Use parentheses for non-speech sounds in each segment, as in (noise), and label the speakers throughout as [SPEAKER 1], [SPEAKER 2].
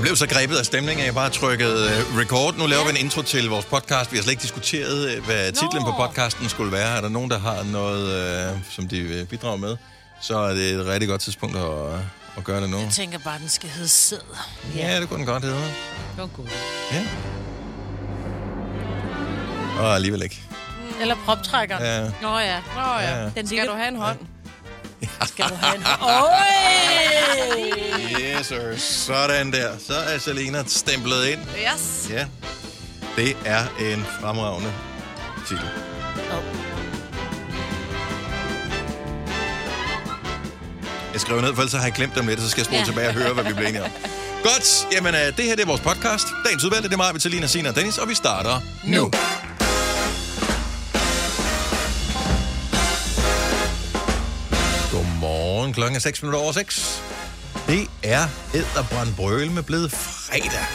[SPEAKER 1] blev så grebet af stemningen, at jeg bare trykkede øh, record. Nu laver vi en intro til vores podcast. Vi har slet ikke diskuteret, øh, hvad titlen på podcasten skulle være. Er der nogen, der har noget, øh, som de vil bidrage med, så er det et rigtig godt tidspunkt at, øh, at gøre det nu.
[SPEAKER 2] Jeg tænker bare, den skal hedde sæd.
[SPEAKER 1] Ja, det kunne den godt hedde.
[SPEAKER 2] Det var god.
[SPEAKER 1] Ja. Og alligevel ikke.
[SPEAKER 2] Eller proptrækker.
[SPEAKER 1] Ja.
[SPEAKER 2] Nå ja. Nå
[SPEAKER 1] Ja, ja.
[SPEAKER 2] Den skal du have en hånd.
[SPEAKER 1] Skal du (laughs)
[SPEAKER 2] have en Oj!
[SPEAKER 1] Yes, sir. Sådan der. Så er Selena stemplet ind.
[SPEAKER 3] Yes.
[SPEAKER 1] Ja. Det er en fremragende titel. Jeg skriver ned, for ellers har jeg glemt dem lidt, så skal jeg spole
[SPEAKER 4] Ja.
[SPEAKER 1] tilbage og høre, hvad vi blev enige om. Godt, jamen øh, det her det er vores podcast. Dagens udvalgte, det er mig, Vitalina, Sina og Dennis, og vi starter nu. Godmorgen, klokken er 6 minutter over 6. Det er Edderbrand Brøl med blevet fredag.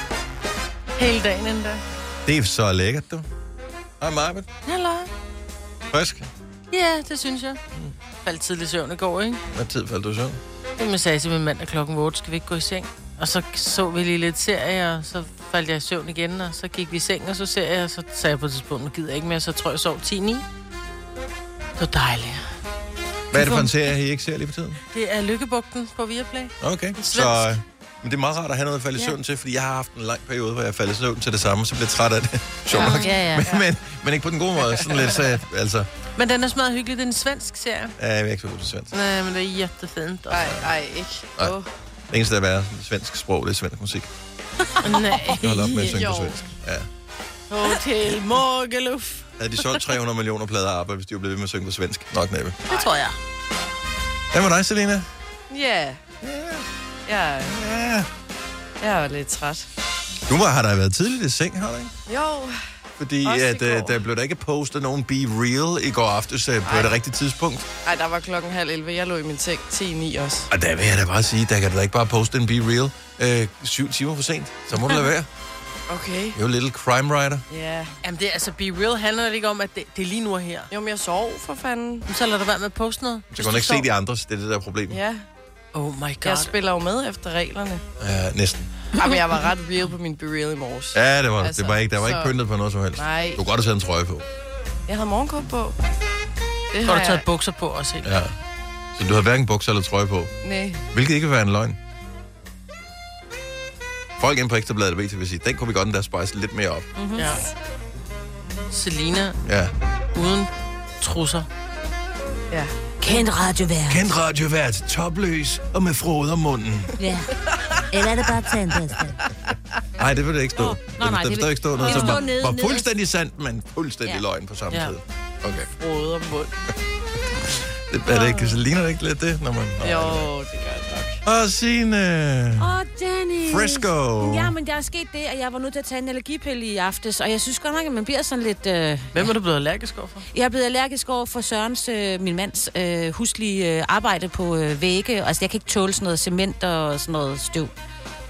[SPEAKER 2] (laughs) Hele dagen endda.
[SPEAKER 1] Det er så lækkert, du. Hej, Marvind.
[SPEAKER 2] Hallo.
[SPEAKER 1] Frisk.
[SPEAKER 2] Ja, det synes jeg. Faldt tidlig søvn i går, ikke?
[SPEAKER 1] Hvad tid faldt du i søvn?
[SPEAKER 2] Det massage med mandag klokken 8, skal vi ikke gå i seng? Og så så vi lige lidt serie, og så faldt jeg i søvn igen, og så gik vi i seng, og så ser jeg, og så sagde jeg på et tidspunkt, nu gider jeg ikke mere, så tror jeg, jeg sov 10-9. Det var dejligt.
[SPEAKER 1] Hvad er det for en serie, I ikke ser lige for tiden?
[SPEAKER 2] Det er Lykkebugten på Viaplay.
[SPEAKER 1] Okay,
[SPEAKER 2] Svensk.
[SPEAKER 1] så... øh, Men det er meget rart at have noget at falde i
[SPEAKER 2] Ja.
[SPEAKER 1] søvn til, fordi jeg har haft en lang periode, hvor jeg faldt i søvn til det samme, så blev jeg træt af det. Sjovt
[SPEAKER 2] Ja,
[SPEAKER 1] nok.
[SPEAKER 2] ja, ja.
[SPEAKER 1] (laughs) Men, men, men ikke på den gode måde. Sådan lidt, så, altså,
[SPEAKER 2] Men den er smadret hyggelig, det er en svensk serie.
[SPEAKER 1] øh, jeg er ikke så god til svensk.
[SPEAKER 2] Nej, men det er jättefint. altså. Nej,
[SPEAKER 3] nej, ikke.
[SPEAKER 1] Nej. Det eneste, der er værre, svensk sprog, det er svensk musik.
[SPEAKER 2] (laughs) Nej.
[SPEAKER 1] Jeg holder op med at synge på
[SPEAKER 2] Jo.
[SPEAKER 1] svensk. Ja.
[SPEAKER 2] Hotel Morgeluf.
[SPEAKER 1] Havde de solgt 300 millioner plader af ABBA, hvis de var blevet ved med at synge på svensk? Nok næppe.
[SPEAKER 2] Det tror jeg.
[SPEAKER 1] Hvad med dig, Selina?
[SPEAKER 3] Ja. Ja.
[SPEAKER 1] Ja.
[SPEAKER 3] Jeg er lidt træt.
[SPEAKER 1] Du var, har da været tidligt i seng, har du ikke?
[SPEAKER 3] Jo.
[SPEAKER 1] Fordi
[SPEAKER 3] Også i
[SPEAKER 1] at, øh, der blev der ikke postet nogen Be Real i går aftes øh, på
[SPEAKER 3] Ej.
[SPEAKER 1] det rigtige tidspunkt.
[SPEAKER 3] Ej, der var klokken halv 11. Jeg lå i min seng 10-9 også.
[SPEAKER 1] Og der vil jeg da bare sige, der kan du da ikke bare poste en Be Real øh, syv timer for sent. Så må du lade være.
[SPEAKER 3] Okay.
[SPEAKER 1] Jeg er jo little crime writer.
[SPEAKER 3] Ja.
[SPEAKER 2] Jamen det er altså, be real handler det ikke om, at det, det er lige nu og her.
[SPEAKER 3] Jo, men jeg sov for fanden.
[SPEAKER 2] Så lad dig være med at poste noget.
[SPEAKER 1] Så kan du ikke se de andres, det er det der problem. Ja.
[SPEAKER 3] Ja.
[SPEAKER 2] Oh my god.
[SPEAKER 3] Jeg spiller jo med efter (laughs) reglerne.
[SPEAKER 1] Uh, næsten.
[SPEAKER 3] Ej, men jeg var ret real på min burial i morges.
[SPEAKER 1] Ja, det var altså,
[SPEAKER 3] Altså,
[SPEAKER 1] det. Var ikke, der var
[SPEAKER 3] så-
[SPEAKER 1] ikke pyntet på noget som helst.
[SPEAKER 3] Nej.
[SPEAKER 1] Du kunne godt have taget en trøje på.
[SPEAKER 3] Jeg havde morgenkåb på. Det
[SPEAKER 2] Så har du taget bukser på også helt.
[SPEAKER 1] Ja. Så du havde hverken bukser eller trøje på.
[SPEAKER 3] Nej.
[SPEAKER 1] Hvilket ikke vil være en løgn. Folk inde på Ekstrabladet og BT vil sige, den kunne vi godt endda spice lidt mere op.
[SPEAKER 2] Mm-hmm. Ja. Selina
[SPEAKER 1] Ja.
[SPEAKER 2] uden trusser.
[SPEAKER 3] Ja.
[SPEAKER 5] Kendt radiovært.
[SPEAKER 1] Kendt radiovært, topløs og med frode om munden.
[SPEAKER 5] Ja. Eller er det bare tandpasta?
[SPEAKER 1] Nej, det vil det ikke stå.
[SPEAKER 5] Nå,
[SPEAKER 1] Oh,
[SPEAKER 5] nej, nej,
[SPEAKER 1] nej, nej, der
[SPEAKER 5] det
[SPEAKER 1] står
[SPEAKER 5] vil-
[SPEAKER 1] ikke stå
[SPEAKER 5] det
[SPEAKER 1] noget, som
[SPEAKER 5] vil
[SPEAKER 1] var,
[SPEAKER 5] stå nede-
[SPEAKER 1] var
[SPEAKER 5] nederst.
[SPEAKER 1] fuldstændig sandt, men fuldstændig
[SPEAKER 5] Ja.
[SPEAKER 1] ja. løgn på samme
[SPEAKER 2] Ja.
[SPEAKER 1] ja. tid. Okay.
[SPEAKER 3] Rode og mund.
[SPEAKER 1] Det, er det ikke, så ligner det ikke lidt det, når man...
[SPEAKER 3] Jo, det gør det nok.
[SPEAKER 1] Og sine...
[SPEAKER 6] Åh, Dennis.
[SPEAKER 1] Frisco.
[SPEAKER 6] Ja, men der er sket det, at jeg var nødt til at tage en allergipille i aftes, og jeg synes godt nok, at man bliver sådan lidt... Øh,
[SPEAKER 2] Hvem er du blevet allergisk overfor?
[SPEAKER 6] jeg er blevet allergisk over for Sørens, øh, min mands, øh, huslige øh, arbejde på øh, vægge. Altså, jeg kan ikke tåle sådan noget cement og sådan noget støv.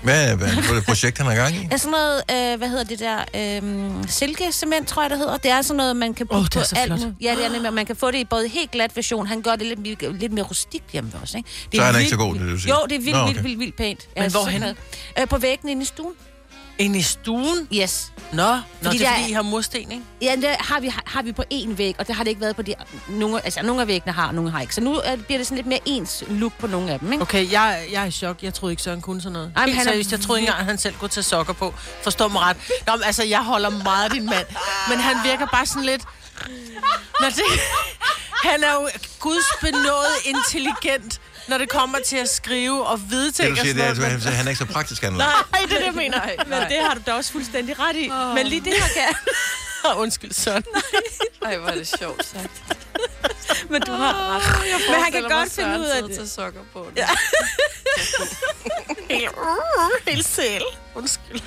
[SPEAKER 1] Hvad, hvad er det projekt, han har gang i?
[SPEAKER 6] Ja, sådan noget, øh, hvad hedder det der, øh, silkecement, tror jeg, det hedder. Det er sådan noget, man kan bruge
[SPEAKER 2] Åh, det er
[SPEAKER 6] på
[SPEAKER 2] så
[SPEAKER 6] alt
[SPEAKER 2] flot.
[SPEAKER 6] nu. Ja, det er nemlig, og man kan få det i både helt glat version. Han gør det lidt, mere- lidt mere rustikt hjemme ved os, ikke? Det
[SPEAKER 1] Så han er
[SPEAKER 6] vildt-
[SPEAKER 1] ikke så god, det vil du sige?
[SPEAKER 6] Jo, det er vildt,
[SPEAKER 1] Nå,
[SPEAKER 6] okay.
[SPEAKER 1] okay.
[SPEAKER 6] vildt, vildt, vildt pænt.
[SPEAKER 2] Men hvorhenne?
[SPEAKER 6] sådan noget. Øh, på væggen inde i stuen.
[SPEAKER 2] Ind i stuen?
[SPEAKER 6] Yes.
[SPEAKER 2] Nå, Nå fordi det er
[SPEAKER 6] der-
[SPEAKER 2] fordi, I har mursten, ikke?
[SPEAKER 6] Ja, det har vi, har, har vi på én væg, og det har det ikke været på de... Nogle, altså, nogle af væggene har, nogle har ikke. Så nu øh, bliver det sådan lidt mere ens look på nogle af dem, ikke?
[SPEAKER 2] Okay, jeg, jeg er i chok. Jeg troede ikke, Søren kunne sådan noget.
[SPEAKER 6] Ej, men
[SPEAKER 2] Helt
[SPEAKER 6] han er
[SPEAKER 2] seriøst, jeg troede ikke engang, han selv kunne tage sokker på. Forstå mig ret. Nå, men altså, jeg holder meget af din mand. Men han virker bare sådan lidt... Når det... Han er jo gudsbenået intelligent, når det kommer til at skrive og vedtænke
[SPEAKER 1] Det, du siger, det er, at han- han er ikke så praktisk anlagt.
[SPEAKER 2] Nej, det er det, jeg mener. Nej,
[SPEAKER 6] Men det har du da også fuldstændig ret i. Oh. Men lige det her kan...
[SPEAKER 2] (laughs) Ah, Undskyld, Søren.
[SPEAKER 3] (laughs) Ej, hvor er det sjovt sagt.
[SPEAKER 6] Men du har
[SPEAKER 2] Ah,
[SPEAKER 6] ret. Men han kan godt finde ud af det.
[SPEAKER 3] til sokker på. nu.
[SPEAKER 6] (laughs)
[SPEAKER 2] Helt selv. Undskyld.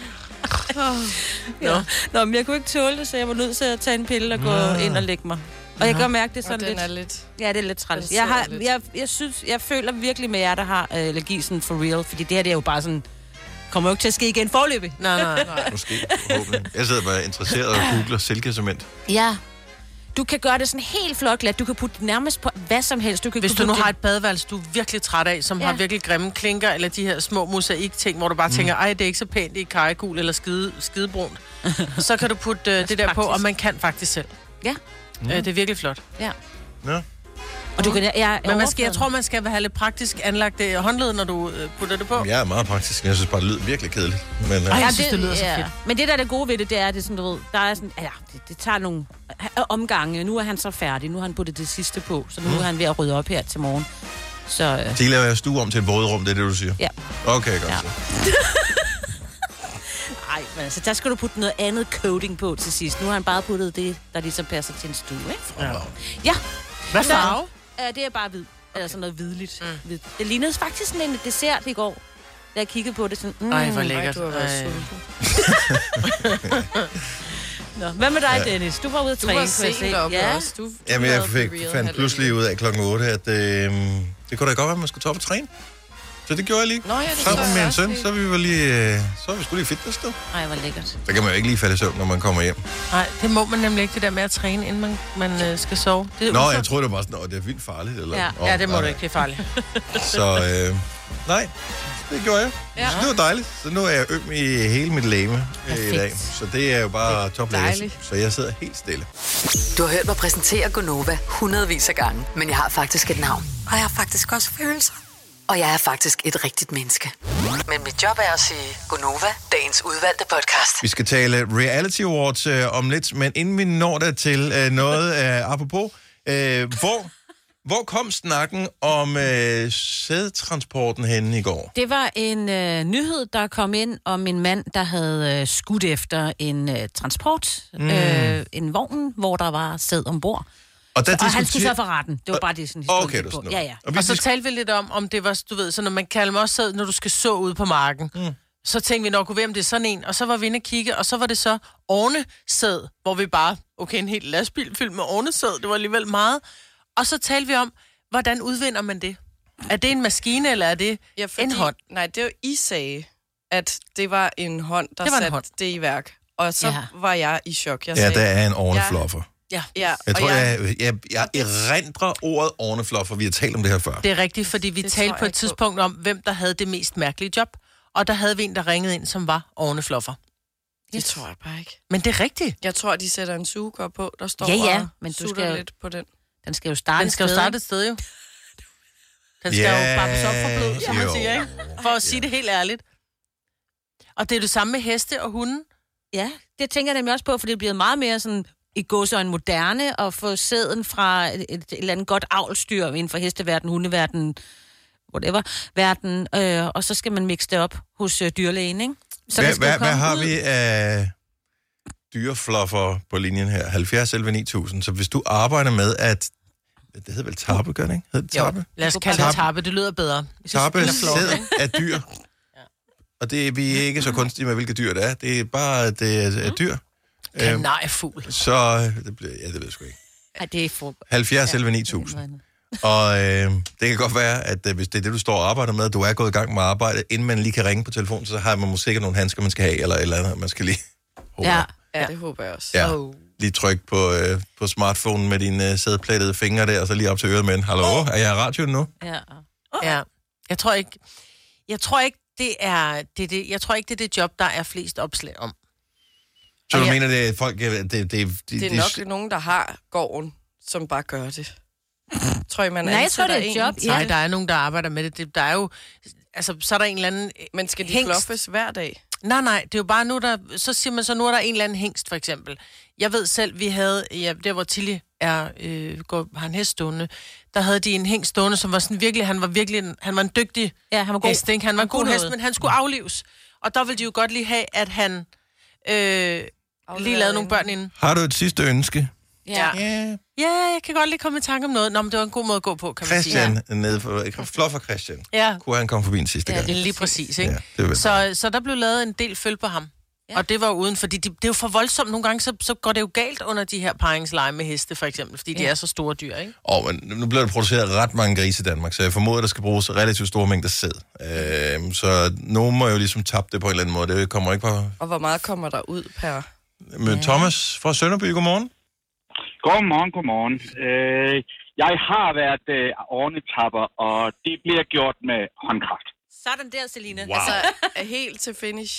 [SPEAKER 6] Ja. Nå, men jeg kunne ikke tåle det, så jeg var nødt til at tage en pille og gå ind og lægge mig. Og jeg kan godt mærke det
[SPEAKER 3] Og
[SPEAKER 6] sådan
[SPEAKER 3] den
[SPEAKER 6] lidt.
[SPEAKER 3] er lidt...
[SPEAKER 6] Ja, det er lidt træls.
[SPEAKER 3] Den
[SPEAKER 6] Jeg, har,
[SPEAKER 3] sidder lidt.
[SPEAKER 6] jeg, jeg, synes, jeg føler virkelig med jer, der har øh, allergi sådan for real. Fordi det her, det er jo bare sådan... Kommer jo ikke til at ske igen forløbig.
[SPEAKER 2] Nej, nej, nej.
[SPEAKER 1] Måske, forhåbentlig. Jeg sidder bare interesseret og googler silkecement.
[SPEAKER 6] Ja. Du kan gøre det sådan helt flot glat. Du kan putte det nærmest på hvad som helst. Du kan
[SPEAKER 2] Hvis du
[SPEAKER 6] putte
[SPEAKER 2] nu
[SPEAKER 6] det-
[SPEAKER 2] har et badeværelse, du er virkelig træt af, som ja.
[SPEAKER 6] Ja.
[SPEAKER 2] har virkelig grimme klinker, eller de her små mosaik-ting, hvor du
[SPEAKER 1] Mm.
[SPEAKER 2] bare tænker, ej, det er ikke så pænt, det er karregul eller skide, skidebrunt,
[SPEAKER 6] (laughs)
[SPEAKER 2] så kan du putte øh, det der på,
[SPEAKER 6] faktisk.
[SPEAKER 2] og man kan faktisk selv.
[SPEAKER 6] Ja.
[SPEAKER 2] Mm. Øh, det er virkelig flot.
[SPEAKER 6] Ja.
[SPEAKER 1] Ja.
[SPEAKER 6] Og du kan... Ja,
[SPEAKER 2] Men man skal, jeg tror, man skal have lidt praktisk anlagt øh, håndled, når du øh, putter det på. Ja.
[SPEAKER 1] Jeg er meget praktisk. Jeg synes bare, det lyder virkelig kedeligt. Men, øh,
[SPEAKER 2] Ej, jeg synes, det lyder så fedt.
[SPEAKER 6] Men det, der er det gode ved det, det er, at det, er sådan, du ved, der er sådan, ja, det, det tager nogle øh, omgange. Nu er han så færdig. Nu har han puttet det sidste på. Så nu er han ved at rydde op her til morgen. Så øh,
[SPEAKER 1] de laver jeg stue om til et vådrum, det er det, du siger?
[SPEAKER 2] (laughs)
[SPEAKER 6] ja.
[SPEAKER 1] Okay, godt.
[SPEAKER 6] Ja.
[SPEAKER 1] så.
[SPEAKER 6] Ej, men altså, der skal du putte noget andet coating på til sidst. Nu har han bare puttet det, der ligesom passer til en stue, ikke?
[SPEAKER 2] Ja.
[SPEAKER 6] Ja,
[SPEAKER 2] Hvad
[SPEAKER 6] Så-
[SPEAKER 2] farve?
[SPEAKER 6] øh, det er bare hvid. Okay. Altså noget hvidligt. Mm. Hvid. Det lignede faktisk sådan en dessert i går, da jeg kiggede på det. Sådan, mm.
[SPEAKER 2] Ej, hvor
[SPEAKER 3] Ej,
[SPEAKER 2] lækkert.
[SPEAKER 3] du har været
[SPEAKER 2] Ej.
[SPEAKER 3] sulten.
[SPEAKER 6] (laughs) Nå, Hvad med dig, ja. Dennis? Du var ude at
[SPEAKER 3] Du
[SPEAKER 6] træne,
[SPEAKER 3] var
[SPEAKER 6] kunne jeg se.
[SPEAKER 3] sent op
[SPEAKER 6] ja.
[SPEAKER 3] også. Du, du
[SPEAKER 1] Jamen, jeg
[SPEAKER 3] lavede
[SPEAKER 1] fik,
[SPEAKER 3] real
[SPEAKER 1] fandt
[SPEAKER 3] halv-
[SPEAKER 1] pludselig ud af klokken 8, at øh, det kunne da godt være, at man skulle tage op og træne. Så det gjorde jeg lige.
[SPEAKER 3] Nå ja, det
[SPEAKER 1] Sammen
[SPEAKER 3] så
[SPEAKER 1] med
[SPEAKER 3] jeg
[SPEAKER 1] en
[SPEAKER 3] også
[SPEAKER 1] søn,
[SPEAKER 3] lige.
[SPEAKER 1] så er vi var lige, øh, så er vi sgu lige fitness, du.
[SPEAKER 6] Ej, hvor lækkert.
[SPEAKER 1] Så kan man jo ikke lige falde i søvn, når man kommer hjem.
[SPEAKER 2] Nej, det må man nemlig ikke, det der med at træne, inden man, man øh, skal sove. Det er
[SPEAKER 1] Nå,
[SPEAKER 2] usundt.
[SPEAKER 1] jeg troede, det var sådan, at det er vildt farligt. Eller,
[SPEAKER 6] Ja.
[SPEAKER 1] Åh,
[SPEAKER 2] Ja, det må du
[SPEAKER 1] nej, nej.
[SPEAKER 2] ikke, det er farligt.
[SPEAKER 1] Så øh, nej, det gjorde jeg. Ja. Så det var dejligt. Så nu er jeg øm i hele mit læme øh, i dag.
[SPEAKER 6] Perfekt.
[SPEAKER 1] Så det er jo bare toplækkert.
[SPEAKER 3] dejligt.
[SPEAKER 1] Så jeg sidder helt stille.
[SPEAKER 4] Du har hørt mig præsentere Gonova hundredvis af gange, men jeg har faktisk et navn. Og jeg har faktisk også følelser. Og jeg er faktisk et rigtigt menneske. Men mit job er at sige Gonova, dagens udvalgte podcast.
[SPEAKER 1] Vi skal tale Reality Awards øh, om lidt, men inden vi når der til øh, noget øh, apropos, øh, hvor, hvor kom snakken om øh, sædtransporten henne i går?
[SPEAKER 6] Det var en øh, nyhed, der kom ind om en mand, der havde øh, skudt efter en øh, transport, mm. øh, en vogn, hvor der var sæd ombord.
[SPEAKER 1] Og, der
[SPEAKER 6] Og han skulle
[SPEAKER 1] diskuterer-
[SPEAKER 6] så for retten. Det var bare det, sådan historien
[SPEAKER 1] Okay,
[SPEAKER 6] gik
[SPEAKER 1] du
[SPEAKER 6] på.
[SPEAKER 1] sådan
[SPEAKER 6] Ja, ja.
[SPEAKER 1] Og vi
[SPEAKER 2] Og så
[SPEAKER 1] diskuterer-
[SPEAKER 2] talte vi lidt om, om det var, du ved, så når man kalder mig også sæd, når du skal så ud på marken. Mm. Så tænkte vi nok, gud, hvem det er sådan en. Og så var vi inde og kigge, og så var det så ovnesæd, hvor vi bare, okay, en helt lastbil fyldt med ovnesæd, det var alligevel meget. Og så talte vi om, hvordan udvinder man det? Er det en maskine, eller er det
[SPEAKER 3] Ja, fordi,
[SPEAKER 2] en hånd?
[SPEAKER 3] Nej, det var I sagde, at det var en hånd, der
[SPEAKER 2] Det var en
[SPEAKER 3] satte
[SPEAKER 2] hånd.
[SPEAKER 3] det i værk. Og så
[SPEAKER 6] Ja.
[SPEAKER 3] ja. var jeg i chok. Jeg
[SPEAKER 1] Ja,
[SPEAKER 3] sagde,
[SPEAKER 1] der er en ornefloffer.
[SPEAKER 2] Ja.
[SPEAKER 3] ja,
[SPEAKER 1] Jeg
[SPEAKER 3] og
[SPEAKER 1] tror,
[SPEAKER 3] jeg,
[SPEAKER 1] jeg, jeg, jeg, jeg erindrer ordet ornefloffer. Vi har talt om det her før.
[SPEAKER 2] Det er rigtigt, fordi vi
[SPEAKER 3] Det
[SPEAKER 2] det
[SPEAKER 3] tror
[SPEAKER 2] talte
[SPEAKER 3] jeg
[SPEAKER 2] på et
[SPEAKER 3] ikke på.
[SPEAKER 2] tidspunkt om, hvem der havde det mest mærkelige job. Og der havde vi en, der ringede ind, som var ovnefloffer.
[SPEAKER 3] det tror jeg bare ikke.
[SPEAKER 2] Men det er rigtigt.
[SPEAKER 3] Jeg tror, de sætter en sugekop på, der står
[SPEAKER 6] Ja, ja,
[SPEAKER 3] og
[SPEAKER 6] men du
[SPEAKER 3] sutter
[SPEAKER 6] skal jo-
[SPEAKER 3] lidt på den.
[SPEAKER 6] Den skal jo starte.
[SPEAKER 2] Den skal jo
[SPEAKER 6] et sted,
[SPEAKER 2] starte et sted, jo. Den skal
[SPEAKER 1] Ja,
[SPEAKER 2] jo bakkes op for blod, som man
[SPEAKER 1] jo.
[SPEAKER 2] siger, ikke? For at sige det helt ærligt. Og det er det samme med heste og hunde.
[SPEAKER 6] ikke? Ja, det tænker jeg nemlig også på, for det er blevet meget mere sådan i gåsøjne moderne at få sæden fra et, et, et eller andet godt avlstyr inden for hesteverden, hundeverden, whatever, verden, øh, og så skal man mixe det op hos øh, dyrlægen, ikke? Så
[SPEAKER 1] Hvad,
[SPEAKER 6] den skal jo
[SPEAKER 1] hvad, hvad
[SPEAKER 6] komme
[SPEAKER 1] har
[SPEAKER 6] ud.
[SPEAKER 1] vi af dyrefluffer på linjen her? 70 11 9000. Så hvis du arbejder med at... Det hedder vel tarpe, gør det ikke? Hedder det tarpe?
[SPEAKER 2] Lad os kalde det
[SPEAKER 1] Tarpe.
[SPEAKER 2] tarpe, det lyder bedre. Hvis jeg
[SPEAKER 1] Tarpe
[SPEAKER 2] spiller flot,
[SPEAKER 1] sæd
[SPEAKER 2] ikke?
[SPEAKER 1] af
[SPEAKER 2] (laughs)
[SPEAKER 1] dyr. Og det, vi er ikke så kunstige med, hvilke dyr det er. Det er bare, at det er,
[SPEAKER 2] Mm.
[SPEAKER 1] er dyr. Øhm,
[SPEAKER 2] Kanariefugl.
[SPEAKER 1] så... øh, Det bliver, ja, det ved jeg sgu ikke.
[SPEAKER 6] Ej, det er for...
[SPEAKER 1] 70 11 9000. Og øh, det kan godt være, at øh, hvis det er det, du står og arbejder med, du er gået i gang med arbejdet, inden man lige kan ringe på telefonen, så har man måske sikkert nogle handsker, man skal have, eller et eller andet, man skal lige...
[SPEAKER 6] Ja.
[SPEAKER 3] Ja, det håber jeg også.
[SPEAKER 1] Ja. Lige trykke på, øh, på smartphonen med dine øh, sædplettede fingre der, og så lige op til øret med en, Hallo, er jeg i radioen nu?
[SPEAKER 6] ja.
[SPEAKER 2] Ja. Jeg tror ikke, jeg tror ikke, det er det, er det, jeg tror ikke, det er det job, der er flest opslag om.
[SPEAKER 1] Så
[SPEAKER 2] Og
[SPEAKER 1] du
[SPEAKER 2] jeg-
[SPEAKER 1] mener, det er folk... øh, Det, det, det, det,
[SPEAKER 3] Det er nok nogen, der har gården, som bare gør det. Tror I, man
[SPEAKER 6] Nej, jeg tror, det er
[SPEAKER 3] ansætter
[SPEAKER 6] et
[SPEAKER 3] en?
[SPEAKER 6] job.
[SPEAKER 2] Nej,
[SPEAKER 6] Ja.
[SPEAKER 2] der er nogen, der arbejder med det. det der er jo, altså, så er der en eller anden...
[SPEAKER 3] Men skal de
[SPEAKER 2] Hingst.
[SPEAKER 3] fluffes hver dag?
[SPEAKER 2] Nej, nej, det er jo bare nu, der... Så siger man så, nu er der en eller anden hengst, for eksempel. Jeg ved selv, vi havde... Ja, der, hvor Tilly er, øh, går, har en hest stående, der havde de en hengst stående, som var sådan virkelig... Han var virkelig... En, han var en dygtig
[SPEAKER 6] Ja, han var god.
[SPEAKER 2] hest, ikke? Han var en god
[SPEAKER 6] kunne
[SPEAKER 2] hest,
[SPEAKER 6] noget.
[SPEAKER 2] men han skulle aflives. Og der ville de jo godt lige have, at han øh, lige lavede nogle
[SPEAKER 3] inden.
[SPEAKER 2] børn inden.
[SPEAKER 1] Har du et sidste ønske?
[SPEAKER 6] Ja.
[SPEAKER 1] Ja.
[SPEAKER 2] Ja, jeg kan godt lige komme i tanke om noget. Nå, men det var en god måde at gå på, kan man sige.
[SPEAKER 1] Christian, ja. nede for, flot for Christian.
[SPEAKER 2] Ja,
[SPEAKER 1] Kunne han komme forbi en sidste
[SPEAKER 6] Ja,
[SPEAKER 1] gang?
[SPEAKER 2] det er lige præcis,
[SPEAKER 1] Ja,
[SPEAKER 2] ikke?
[SPEAKER 1] det vil så...
[SPEAKER 2] Så, så der blev lavet en del følge på ham.
[SPEAKER 6] Ja.
[SPEAKER 2] Ja. Og det var jo uden, fordi de, det er jo for voldsomt. Nogle gange, så, så går det jo galt under de her paringsleje med heste, for eksempel, fordi ja. de er så store dyr, ikke?
[SPEAKER 1] oh, men nu bliver der produceret ret mange grise i Danmark, så jeg formoder, der skal bruges relativt store mængder sæd. Øh, så nogen må jo ligesom tabe det på en eller anden måde. Det kommer ikke på...
[SPEAKER 3] Og hvor meget kommer der ud per?
[SPEAKER 1] Men Thomas fra Sønderby, godmorgen.
[SPEAKER 7] Godmorgen, godmorgen. Øh, jeg har været øh, ornetapper, og det bliver gjort med håndkraft.
[SPEAKER 6] Sådan der, Selina.
[SPEAKER 1] Wow.
[SPEAKER 3] Så Altså, er helt til finish.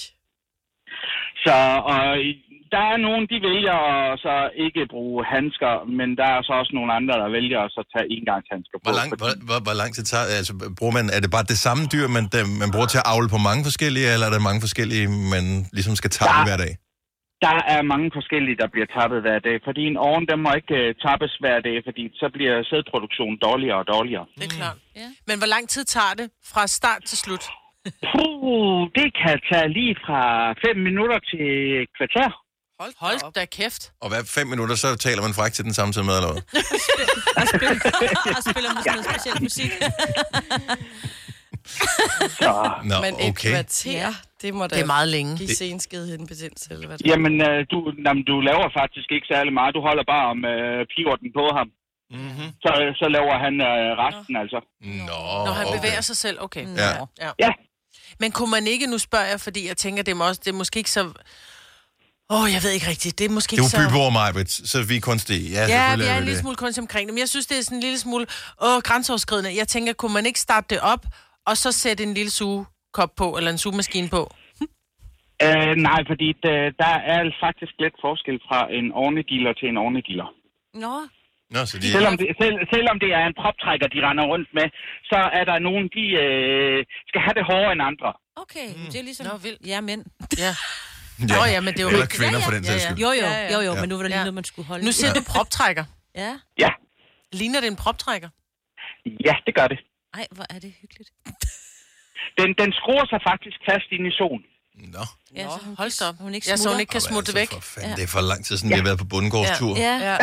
[SPEAKER 7] Så og, i- der er nogen, de vælger at så ikke bruge handsker, men der er så også nogle andre, der vælger at så tage engangshandsker på.
[SPEAKER 1] Hvor lang,
[SPEAKER 7] fordi-
[SPEAKER 1] hvor, hvor, hvor lang tid tager altså, bruger man, er det bare det samme dyr, man, dem- man bruger til at avle på mange forskellige, eller er der mange forskellige, man ligesom skal tage
[SPEAKER 7] Ja.
[SPEAKER 1] hver dag?
[SPEAKER 7] Der er mange forskellige, der bliver tappet hver dag, fordi en ovn, den må ikke uh, tappes hver dag, fordi så bliver sædproduktionen dårligere og dårligere.
[SPEAKER 2] Det er klart.
[SPEAKER 6] Ja.
[SPEAKER 2] Mm. Men hvor lang tid tager det fra start til slut?
[SPEAKER 7] Puh, det kan tage lige fra 5 minutter til et kvarter.
[SPEAKER 3] Hold, da
[SPEAKER 2] Hold
[SPEAKER 3] op.
[SPEAKER 2] da kæft.
[SPEAKER 1] Og hver fem minutter, så taler man fræk til den samtidig med, eller hvad?
[SPEAKER 6] Og spiller, og spiller måske noget speciel musik.
[SPEAKER 7] Så,
[SPEAKER 1] Nå,
[SPEAKER 3] Men et okay.
[SPEAKER 1] okay.
[SPEAKER 3] kvarter, det må da
[SPEAKER 2] Det er meget længe.
[SPEAKER 3] give senskede hindebetændelse, eller hvad det
[SPEAKER 7] jamen, øh, du, jamen, du laver faktisk ikke særlig meget. Du holder bare om øh, pivorten på ham.
[SPEAKER 1] Mm-hmm.
[SPEAKER 7] Så, så laver han øh, resten, altså.
[SPEAKER 1] Nå,
[SPEAKER 2] Når han
[SPEAKER 1] okay.
[SPEAKER 2] bevæger sig selv, okay.
[SPEAKER 1] Ja.
[SPEAKER 2] ja.
[SPEAKER 7] Ja,
[SPEAKER 2] Men kunne man ikke, nu spørger jeg, fordi jeg tænker, det er, også, det er måske ikke så... Åh, oh, jeg ved ikke rigtigt. Det er måske
[SPEAKER 1] Det
[SPEAKER 2] ikke
[SPEAKER 1] er
[SPEAKER 2] så...
[SPEAKER 1] jo byboer, Majbet, så vi er kunstige. Ja,
[SPEAKER 2] Ja,
[SPEAKER 1] selvfølgelig
[SPEAKER 2] vi er
[SPEAKER 1] vi
[SPEAKER 2] en lille smule kunstig omkring det. Men jeg synes, det er sådan en lille smule åh, grænseoverskridende. Jeg tænker, kunne man ikke starte det op, og så sætte en lille sugekop på, eller en sugemaskine på?
[SPEAKER 7] øh, nej, fordi øh, der er faktisk lidt forskel fra en ornediller til en ornediller.
[SPEAKER 6] Nå,
[SPEAKER 1] Nå, så de,
[SPEAKER 7] Selvom det, selv, selvom det er en proptrækker, de render rundt med, så er der nogen, de øh, skal have det hårdere end andre.
[SPEAKER 6] okay. Mm. Det er ligesom...
[SPEAKER 2] Nå, vildt.
[SPEAKER 6] Ja, men...
[SPEAKER 2] Ja. Nå ja, men det er jo
[SPEAKER 1] Eller
[SPEAKER 2] rigtigt.
[SPEAKER 1] kvinder, for den
[SPEAKER 2] Ja,
[SPEAKER 1] sags
[SPEAKER 2] ja.
[SPEAKER 1] skyld.
[SPEAKER 6] Jo, jo,
[SPEAKER 2] Ja, ja.
[SPEAKER 6] jo, jo, men nu var der lige
[SPEAKER 2] Ja.
[SPEAKER 6] noget, man skulle holde.
[SPEAKER 2] Nu ser du proptrækker.
[SPEAKER 6] Ja.
[SPEAKER 7] Ja,
[SPEAKER 2] Ligner det en proptrækker?
[SPEAKER 7] ja det gør det.
[SPEAKER 6] Ej, hvor er det hyggeligt.
[SPEAKER 7] Den, den skruer sig faktisk fast ind i solen.
[SPEAKER 1] Nå.
[SPEAKER 6] Ja, så hun,
[SPEAKER 2] Hold da op.
[SPEAKER 6] Hun ikke
[SPEAKER 2] ja, så hun
[SPEAKER 6] smutter.
[SPEAKER 2] ikke kan
[SPEAKER 1] Jamen,
[SPEAKER 2] smutte
[SPEAKER 1] altså,
[SPEAKER 2] væk.
[SPEAKER 1] For fanden, det er for lang tid siden, vi har været på bundgårdstur.
[SPEAKER 6] Ja.
[SPEAKER 2] Ja.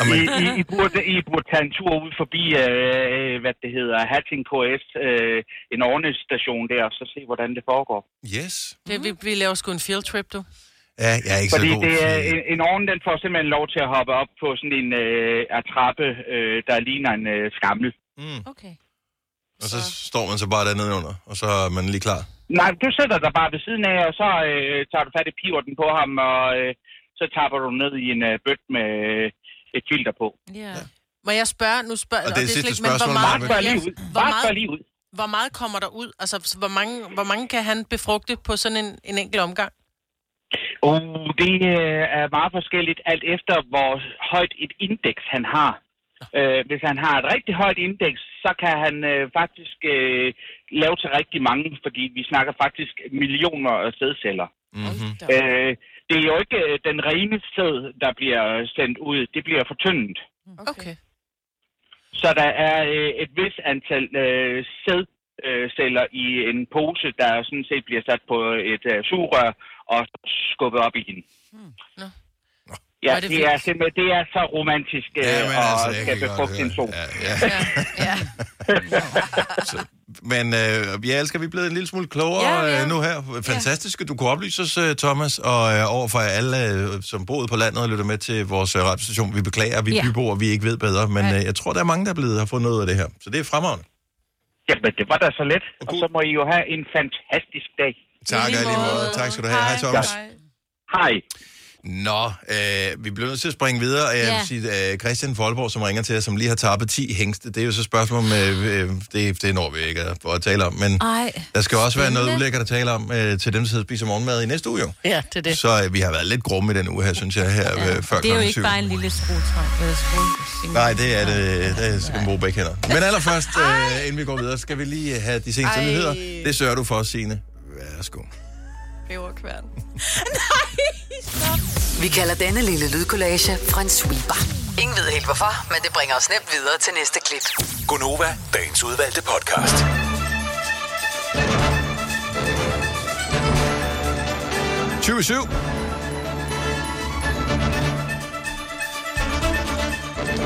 [SPEAKER 1] Og man,
[SPEAKER 7] I, I, I, burde, I burde tage en tur ud forbi, øh, hvad det hedder, Hatting KS, øh, en ordnestation der, og så se, hvordan det foregår.
[SPEAKER 1] yes.
[SPEAKER 2] Det, vi, vi laver sgu en field trip, du.
[SPEAKER 1] Ja, jeg er ikke
[SPEAKER 7] Fordi
[SPEAKER 1] så god
[SPEAKER 7] det er,
[SPEAKER 1] til...
[SPEAKER 7] en, en ovn, den får simpelthen lov til at hoppe op på sådan en øh, attrappe, øh, der ligner en øh, skammel.
[SPEAKER 1] Mm.
[SPEAKER 6] Okay.
[SPEAKER 1] Og så står man så bare dernede under, og så er man lige klar.
[SPEAKER 7] Nej, du sætter dig bare ved siden af, og så øh, tager du fat i pivorten på ham, og øh, så tapper du ned i en øh, bøt med øh, et filter på.
[SPEAKER 6] Ja.
[SPEAKER 2] Må jeg spørge, nu spørger,
[SPEAKER 1] Og det er
[SPEAKER 2] slet
[SPEAKER 1] sidste
[SPEAKER 2] ikke- men hvor
[SPEAKER 1] spørgsmål,
[SPEAKER 2] meget-
[SPEAKER 7] Bare
[SPEAKER 1] Maja.
[SPEAKER 7] gør lige ud.
[SPEAKER 2] Hvor
[SPEAKER 7] Bare
[SPEAKER 2] meget-
[SPEAKER 7] gør lige ud.
[SPEAKER 2] Hvor meget kommer der ud? Altså, hvor mange, hvor mange kan han befrugte på sådan en, en enkelt omgang?
[SPEAKER 7] Uh, det øh, er meget forskelligt, alt efter hvor højt et indeks han har. Øh, hvis han har et rigtig højt indeks, så kan han øh, faktisk øh, lave til rigtig mange, fordi vi snakker faktisk millioner af sædceller.
[SPEAKER 1] Mm-hmm.
[SPEAKER 3] er.
[SPEAKER 7] Øh, det er jo ikke øh, den rene sæd, der bliver sendt ud. Det bliver fortyndet.
[SPEAKER 2] Okay. okay.
[SPEAKER 7] Så der er øh, et vis antal øh, sædceller i en pose, der sådan set bliver sat på et øh, sugerør og skubbet op i hende.
[SPEAKER 2] Nå.
[SPEAKER 7] Ja,
[SPEAKER 2] Nå,
[SPEAKER 7] det,
[SPEAKER 2] det er
[SPEAKER 7] det,
[SPEAKER 2] fint.
[SPEAKER 7] er simpelthen, det er så romantisk øh,
[SPEAKER 1] Ja, men altså,
[SPEAKER 7] at
[SPEAKER 1] jeg kan
[SPEAKER 7] skabe
[SPEAKER 1] godt
[SPEAKER 7] frugt
[SPEAKER 1] høre.
[SPEAKER 7] sin sol.
[SPEAKER 1] Ja, ja. så, men øh, jeg elsker, vi er blevet en lille smule klogere ja,
[SPEAKER 6] Ja,
[SPEAKER 1] ja.
[SPEAKER 6] ja.
[SPEAKER 1] Øh, nu her. Fantastisk, at du kunne oplyse os, øh, Thomas, og øh, overfor alle, øh, som boede på landet og lytter med til vores øh, radiostation. Vi beklager, vi er
[SPEAKER 6] Ja.
[SPEAKER 1] byboer, vi ikke ved bedre, men øh, jeg tror, der er mange, der er blevet har fundet noget af det her. Så det er fremragende.
[SPEAKER 7] Jamen, det var da så let. Og
[SPEAKER 1] god-
[SPEAKER 7] så må I jo have en fantastisk dag.
[SPEAKER 1] Tak,
[SPEAKER 6] I
[SPEAKER 1] og i
[SPEAKER 6] lige
[SPEAKER 1] lige måde.
[SPEAKER 6] måde.
[SPEAKER 1] Tak skal du have. Hej, Thomas.
[SPEAKER 7] Hej.
[SPEAKER 1] Nå, øh, vi bliver nødt til at springe videre. Jeg vil
[SPEAKER 6] Ja.
[SPEAKER 1] sige, øh, Christian Folborg, som ringer til os, som lige har tappet 10 hængste. Det er jo så et spørgsmål om, øh, øh, det, det når vi ikke at, at tale om. Men
[SPEAKER 6] Ej.
[SPEAKER 1] der skal jo også være noget
[SPEAKER 6] spændende.
[SPEAKER 1] ulækkert at tale om øh, til dem, der sidder og spiser morgenmad i næste uge. Jo.
[SPEAKER 2] Ja, det er det.
[SPEAKER 1] Så øh, vi har været lidt grumme i den uge her, synes jeg, her ja, øh, før
[SPEAKER 6] Det er jo
[SPEAKER 1] klokken
[SPEAKER 6] ikke
[SPEAKER 1] syv.
[SPEAKER 6] bare en lille skruetræk. Øh, skru-
[SPEAKER 1] Nej, det er det. Det skal man bruge begge hænder. Men allerførst, øh, inden vi går videre, skal vi lige øh, have de seneste
[SPEAKER 3] Ej.
[SPEAKER 1] nyheder. Det sørger du for os, Signe. Værsgo.
[SPEAKER 4] (laughs)
[SPEAKER 3] Peberkværn.
[SPEAKER 4] Vi kalder denne lille lydkollage en sweeper. Ingen ved helt hvorfor, men det bringer os nemt videre til næste klip.
[SPEAKER 8] Gonova, dagens udvalgte podcast.
[SPEAKER 1] Tyve i syv.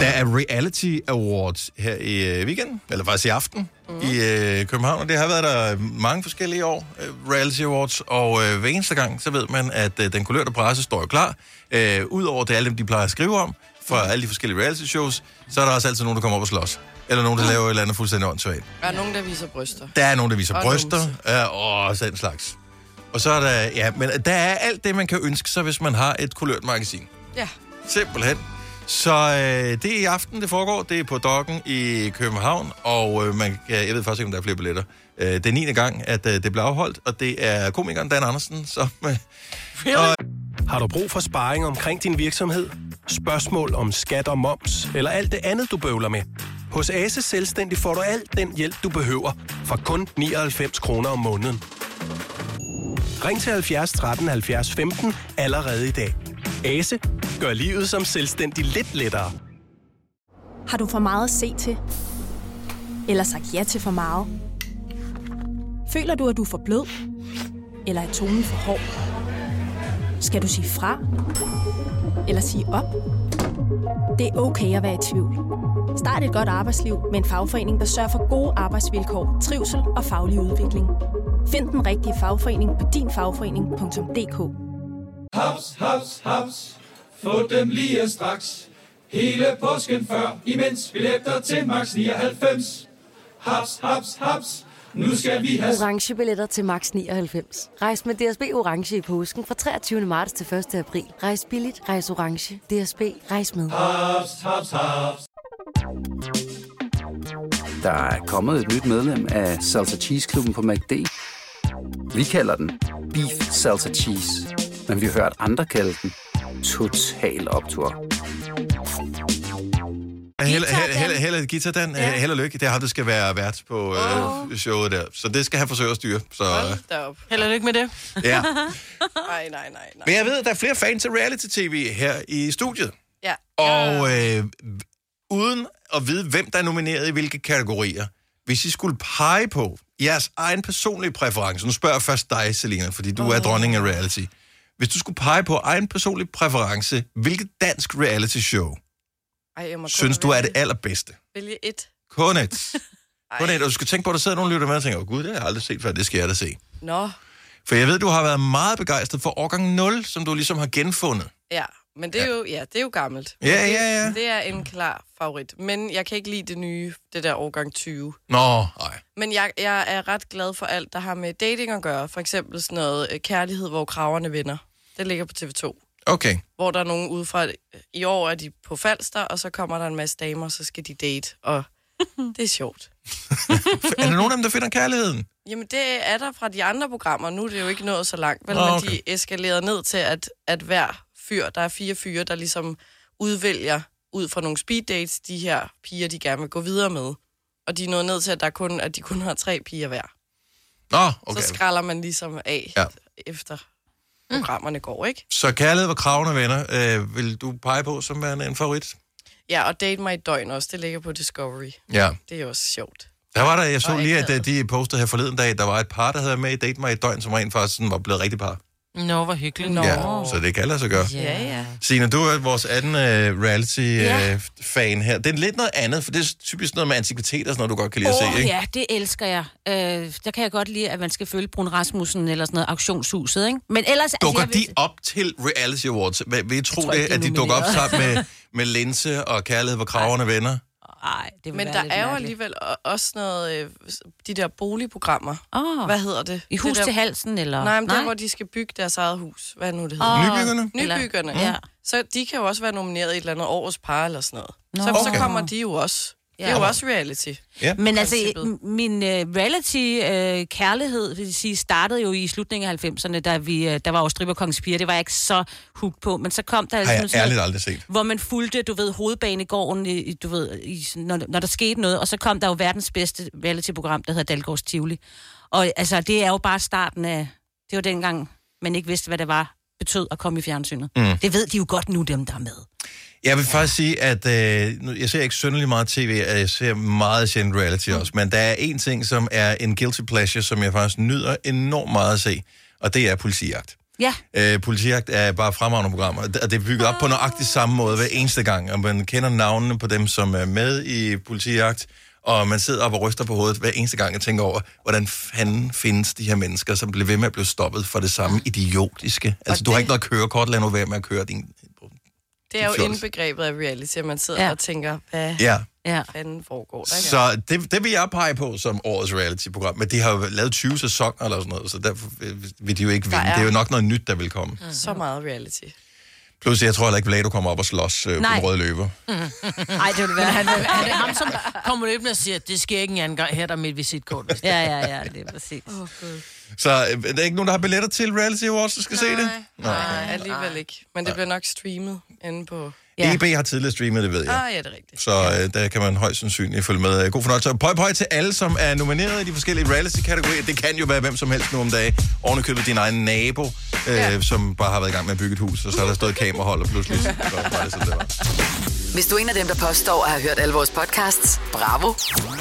[SPEAKER 1] Der er Reality Awards her i øh, weekenden, eller faktisk i aften,
[SPEAKER 6] Mhm.
[SPEAKER 1] mm. i øh, København. Og det har været der mange forskellige år, øh, Reality Awards. Og øh, hver eneste gang, så ved man, at øh, den kulørte presse står jo klar. Øh, Udover det alle dem, de plejer at skrive om, for alle de forskellige reality shows, så er der også altid nogen, der kommer op og slås. Eller nogen, der laver et eller andet fuldstændig åndssvagt.
[SPEAKER 3] Der er nogen, der viser bryster.
[SPEAKER 1] Der er nogen, der viser
[SPEAKER 3] Og
[SPEAKER 1] bryster
[SPEAKER 3] numse.
[SPEAKER 1] øh, og sådan slags. Og så er der, ja, men der er alt det, man kan ønske sig, hvis man har et kulørt magasin.
[SPEAKER 3] Ja.
[SPEAKER 1] Simpelthen. Så øh, det er i aften, det foregår. Det er på Dokken i København, og øh, man, ja, jeg ved faktisk ikke, om der er flere billetter. Øh, det er 9. gang, at øh, det bliver afholdt, og det er komikeren Dan Andersen, som... Øh, really?
[SPEAKER 9] Har du brug for sparring omkring din virksomhed? Spørgsmål om skat og moms, eller alt det andet, du bøvler med? Hos Ase Selvstændig får du alt den hjælp, du behøver, for kun 99 kroner om måneden. Ring til 70 13 70 15 allerede i dag. Ase gør livet som selvstændig lidt lettere.
[SPEAKER 10] Har du for meget at se til? Eller sagt ja til for meget? Føler du, at du er for blød? Eller er tonen for hård? Skal du sige fra? Eller sige op? Det er okay at være i tvivl. Start et godt arbejdsliv med en fagforening, der sørger for gode arbejdsvilkår, trivsel og faglig udvikling. Find den rigtige fagforening på dinfagforening.dk.
[SPEAKER 11] Haps, haps, haps. Få dem lige straks. Hele påsken før, imens billetter til max 99. Haps, haps, haps. Nu skal vi have...
[SPEAKER 12] orange billetter til max 99. Rejs med DSB orange i påsken fra 23. marts til 1. april. Rejs billigt, rejs orange. DSB rejs med.
[SPEAKER 11] Haps, haps, haps.
[SPEAKER 13] Der er kommet et nyt medlem af Salsa Cheese Klubben på MACD. Vi kalder den Beef Salsa Cheese, men vi har hørt andre kalde den Total Optor.
[SPEAKER 1] Held, held, held, held, guitar, Dan, ja. held og lykke. Det er ham, der skal være vært på øh, showet der. Så det skal han forsøge at styre. Så, øh,
[SPEAKER 3] Derop.
[SPEAKER 2] Held og lykke med det. (laughs)
[SPEAKER 1] ja.
[SPEAKER 3] Nej, nej, nej, nej.
[SPEAKER 1] Men jeg ved, at der er flere fans af reality-tv her i studiet.
[SPEAKER 3] Ja.
[SPEAKER 1] Og øh, uden at vide, hvem der er nomineret i hvilke kategorier, hvis I skulle pege på jeres egen personlige præference, nu spørger jeg først dig, Selina, fordi du oh. er dronning af reality. Hvis du skulle pege på egen personlig præference, hvilket dansk reality show
[SPEAKER 3] Ej, jeg må kun
[SPEAKER 1] synes du er
[SPEAKER 3] vælge-
[SPEAKER 1] det allerbedste?
[SPEAKER 3] Vælge et.
[SPEAKER 1] Kun
[SPEAKER 3] (laughs)
[SPEAKER 1] et. Kun et. Og du skal tænke på, at der sidder nogle lytter med og tænker, åh gud, det har jeg aldrig set før, det skal jeg da se.
[SPEAKER 3] Nå,
[SPEAKER 1] For jeg ved, du har været meget begejstret for årgang 0, som du ligesom har genfundet.
[SPEAKER 3] ja. Men det er, jo, ja, det er jo gammelt.
[SPEAKER 1] Ja,
[SPEAKER 3] Men det,
[SPEAKER 1] ja, ja.
[SPEAKER 3] Det er en klar favorit. Men jeg kan ikke lide det nye, det der årgang 20.
[SPEAKER 1] Nå, nej.
[SPEAKER 3] Men jeg, jeg er ret glad for alt, der har med dating at gøre. For eksempel sådan noget øh, kærlighed, hvor kraverne vinder. Det ligger på TV2.
[SPEAKER 1] Okay.
[SPEAKER 3] Hvor der er nogen udefra, i år er de på Falster, og så kommer der en masse damer, så skal de
[SPEAKER 2] (laughs)
[SPEAKER 3] date. Og det er sjovt.
[SPEAKER 1] Er der nogen af dem, der finder kærligheden?
[SPEAKER 3] Jamen, det er der fra de andre programmer. Nu er det jo ikke nået så langt, vel?
[SPEAKER 1] Nå,
[SPEAKER 3] Okay.
[SPEAKER 1] okay.
[SPEAKER 3] Men de eskalerede ned til, at, at hver fyr, der er fire fyre, der ligesom udvælger ud fra nogle speed dates, de her piger, de gerne vil gå videre med. Og de er nået ned til, at, der kun, at de kun har tre piger hver.
[SPEAKER 1] Nå,
[SPEAKER 3] Okay.
[SPEAKER 1] okay.
[SPEAKER 3] Så skralder man ligesom af
[SPEAKER 1] Ja.
[SPEAKER 3] ja. efter programmerne går, ikke?
[SPEAKER 1] Så kærlighed var kravende venner. Øh, vil du pege på som en, en favorit?
[SPEAKER 3] Ja, og Date Mig i døgn også, det ligger på Discovery.
[SPEAKER 1] Ja.
[SPEAKER 3] Det er jo også sjovt.
[SPEAKER 1] Der var der, jeg så
[SPEAKER 3] Og
[SPEAKER 1] lige, at
[SPEAKER 3] akavet.
[SPEAKER 1] øh, de postede her forleden dag, der var et par, der havde været med i Date Mig i et døgn, som rent faktisk sådan var blevet rigtig par.
[SPEAKER 2] Nå, hvor hyggeligt. Nå.
[SPEAKER 1] Ja, så det kan lade sig gøre.
[SPEAKER 2] Ja, ja.
[SPEAKER 1] Signe, du er vores anden uh, reality-fan her. Det er lidt noget andet, for det er typisk noget med antikviteter, og sådan noget, du godt kan lide at se,
[SPEAKER 6] Åh,
[SPEAKER 1] ikke?
[SPEAKER 6] ja, det elsker jeg. Øh, der kan jeg godt lide, at man skal følge Brun Rasmussen eller sådan noget, auktionshuset, ikke? Men ellers... altså,
[SPEAKER 1] Dukker
[SPEAKER 6] jeg vil-
[SPEAKER 1] de op til Reality Awards? Hvad, vil I tro
[SPEAKER 6] tror
[SPEAKER 1] det,
[SPEAKER 6] ikke, de er
[SPEAKER 1] at de dukker op
[SPEAKER 6] nomineret. (laughs)
[SPEAKER 1] sammen med, med Linse og Kærlighed, hvor kraverne venner?
[SPEAKER 6] Ej, det vil
[SPEAKER 3] Men
[SPEAKER 6] være
[SPEAKER 3] der
[SPEAKER 6] lidt
[SPEAKER 3] er jo
[SPEAKER 6] mærkeligt.
[SPEAKER 3] alligevel o- også noget, øh, de der boligprogrammer.
[SPEAKER 6] Åh.
[SPEAKER 3] Hvad hedder det?
[SPEAKER 6] I hus
[SPEAKER 3] det der,
[SPEAKER 6] til halsen, eller...
[SPEAKER 3] Nej, men der, hvor de skal bygge deres eget hus. Hvad er nu det hedder?
[SPEAKER 6] Åh.
[SPEAKER 1] Nybyggerne?
[SPEAKER 3] Nybyggerne,
[SPEAKER 6] Eller-
[SPEAKER 3] ja.
[SPEAKER 6] Ja.
[SPEAKER 3] Så de kan jo også være nomineret i et eller andet årets par eller sådan noget.
[SPEAKER 6] Nå.
[SPEAKER 3] Så,
[SPEAKER 1] Okay.
[SPEAKER 3] så kommer de jo også. Ja. Det er jo også reality.
[SPEAKER 6] Men altså,
[SPEAKER 3] Princippet.
[SPEAKER 6] m- min uh, reality-kærlighed, vil jeg sige, startede jo i slutningen af 90'erne, da vi, uh, der var jo stripper Kongens Piger, det var jeg ikke så hooked på, men så kom der... altså
[SPEAKER 1] Har jeg
[SPEAKER 6] sådan noget-
[SPEAKER 1] ærligt aldrig set.
[SPEAKER 6] hvor man fulgte, du ved, hovedbanegården, i, i- du ved, i, når, når der skete noget, og så kom der jo verdens bedste reality-program, der hedder Dalgårds Tivoli. Og altså, det er jo bare starten af, det var dengang, man ikke vidste, hvad det var, betød at komme i fjernsynet. Mm. Det ved de jo godt nu, dem der er med.
[SPEAKER 1] Jeg vil faktisk sige, at øh, nu- jeg ser ikke synderlig meget tv, og jeg ser meget sjældent reality mm. også, men der er en ting, som er en guilty pleasure, som jeg faktisk nyder enormt meget at se, og det er politijagt.
[SPEAKER 6] Ja,
[SPEAKER 1] Øh, politijagt er bare fremragende programmer, og det er bygget op på nøjagtig samme måde hver eneste gang, og man kender navnene på dem, som er med i politijagt, og man sidder op og ryster på hovedet hver eneste gang og tænker over, hvordan fanden findes de her mennesker, som bliver ved med at blive stoppet for det samme idiotiske. Altså, du har ikke noget kørekort, lad nu være med at køre din...
[SPEAKER 3] Det er jo
[SPEAKER 1] Fjols.
[SPEAKER 3] indbegrebet af reality, at man sidder
[SPEAKER 6] Ja.
[SPEAKER 3] ja. og tænker, hvad
[SPEAKER 1] Ja,
[SPEAKER 6] ja.
[SPEAKER 3] fanden foregår der? Så...
[SPEAKER 1] så det, det vil jeg pege på som årets reality-program, men de har jo lavet 20 sæsoner eller sådan noget, så derfor øh, vil de jo ikke vinde.
[SPEAKER 3] er-
[SPEAKER 1] Det er jo nok noget nyt, der vil komme.
[SPEAKER 3] Så meget reality.
[SPEAKER 1] Plus, jeg tror heller ikke, Vlado kommer op og slås øh, på
[SPEAKER 2] Nej.
[SPEAKER 1] den røde løber.
[SPEAKER 6] (laughs)
[SPEAKER 2] Nej, Mm. det ville være. Han, han, han, er ham, som kommer løbende og siger, det sker ikke en anden gang, her er der mit visitkort. hvis det er."
[SPEAKER 6] Ja, ja, ja, det er præcis. Oh,
[SPEAKER 1] Så øh, der er ikke nogen, der har billetter til Reality Awards, der skal se det?
[SPEAKER 3] Nej, alligevel ikke. Men det bliver nok streamet inde på...
[SPEAKER 1] Ja. EB E har tidligere streamet, det ved jeg.
[SPEAKER 3] Ah, ja, det er rigtigt.
[SPEAKER 1] Så øh, der kan man højst sandsynligt følge med. God fornøjelse. Og pøj, pøj til alle, som er nomineret i de forskellige reality-kategorier. Det kan jo være hvem som helst nu om dagen. Oven købet din egen nabo, øh, som bare har været i gang med at bygge et hus, og så er der stået et kamerahold, og pludselig
[SPEAKER 3] (laughs)
[SPEAKER 1] så var det, som det var.
[SPEAKER 4] Hvis du er en af dem, der påstår at have hørt alle vores podcasts, bravo.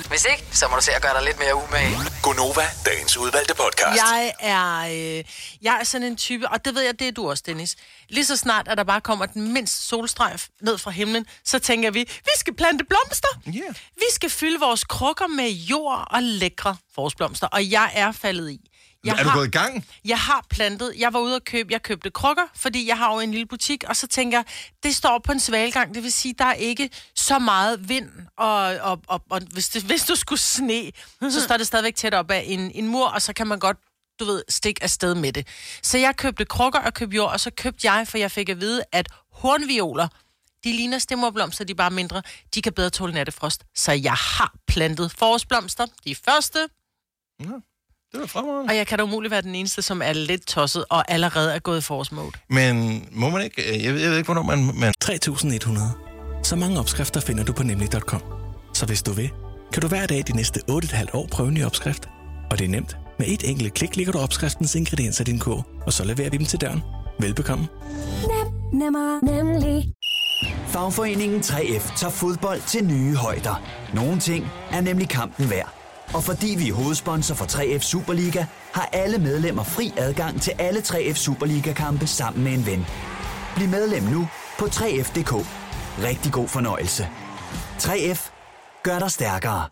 [SPEAKER 4] Hvis ikke, så må du se at gøre dig lidt mere umage.
[SPEAKER 8] Gonova, dagens udvalgte podcast.
[SPEAKER 2] Jeg er, øh, jeg er sådan en type, og det ved jeg, det er du også, Dennis. Lige så snart, at der bare kommer den mindste solstrejf ned fra himlen, så tænker vi, vi skal plante blomster.
[SPEAKER 1] Yeah.
[SPEAKER 2] Vi skal fylde vores krukker med jord og lækre forårsblomster, og jeg er faldet i. Jeg
[SPEAKER 1] Er du gået i gang?
[SPEAKER 2] Jeg har plantet. Jeg var ude og købe. Jeg købte krukker, fordi jeg har jo en lille butik, og så tænker jeg, det står på en svalgang. Det vil sige, der er ikke så meget vind, og, og, og, og hvis, det, hvis du skulle sne, så står det stadigvæk tæt op af en, en mur, og så kan man godt du ved, stikke afsted med det. Så jeg købte krukker og købte jord, og så købte jeg, for jeg fik at vide, at hornvioler, de ligner stemmerblomster, de er bare mindre. De kan bedre tåle nattefrost. Så jeg har plantet forårsblomster. De første,
[SPEAKER 1] Det var fremragende.
[SPEAKER 2] og jeg kan da umuligt være den eneste, som er lidt tosset og allerede er gået i forårsmode.
[SPEAKER 1] Men må man ikke? Øh, Jeg ved, jeg ved ikke, hvornår man... man...
[SPEAKER 14] 3.100. Så mange opskrifter finder du på nemlig.com. Så hvis du vil, kan du hver dag de næste 8,5 år prøve en ny opskrift. Og det er nemt. Med et enkelt klik ligger du opskriftens ingredienser i din kog, og så leverer vi dem til døren. Velbekomme.
[SPEAKER 15] Nemmer, nemlig. Fagforeningen 3F tager fodbold til nye højder. Nogle ting er nemlig kampen værd. Og fordi vi er hovedsponsor for 3F Superliga, har alle medlemmer fri adgang til alle 3F Superliga-kampe sammen med en ven. Bliv medlem nu på 3F.dk. Rigtig god fornøjelse. 3F gør dig stærkere.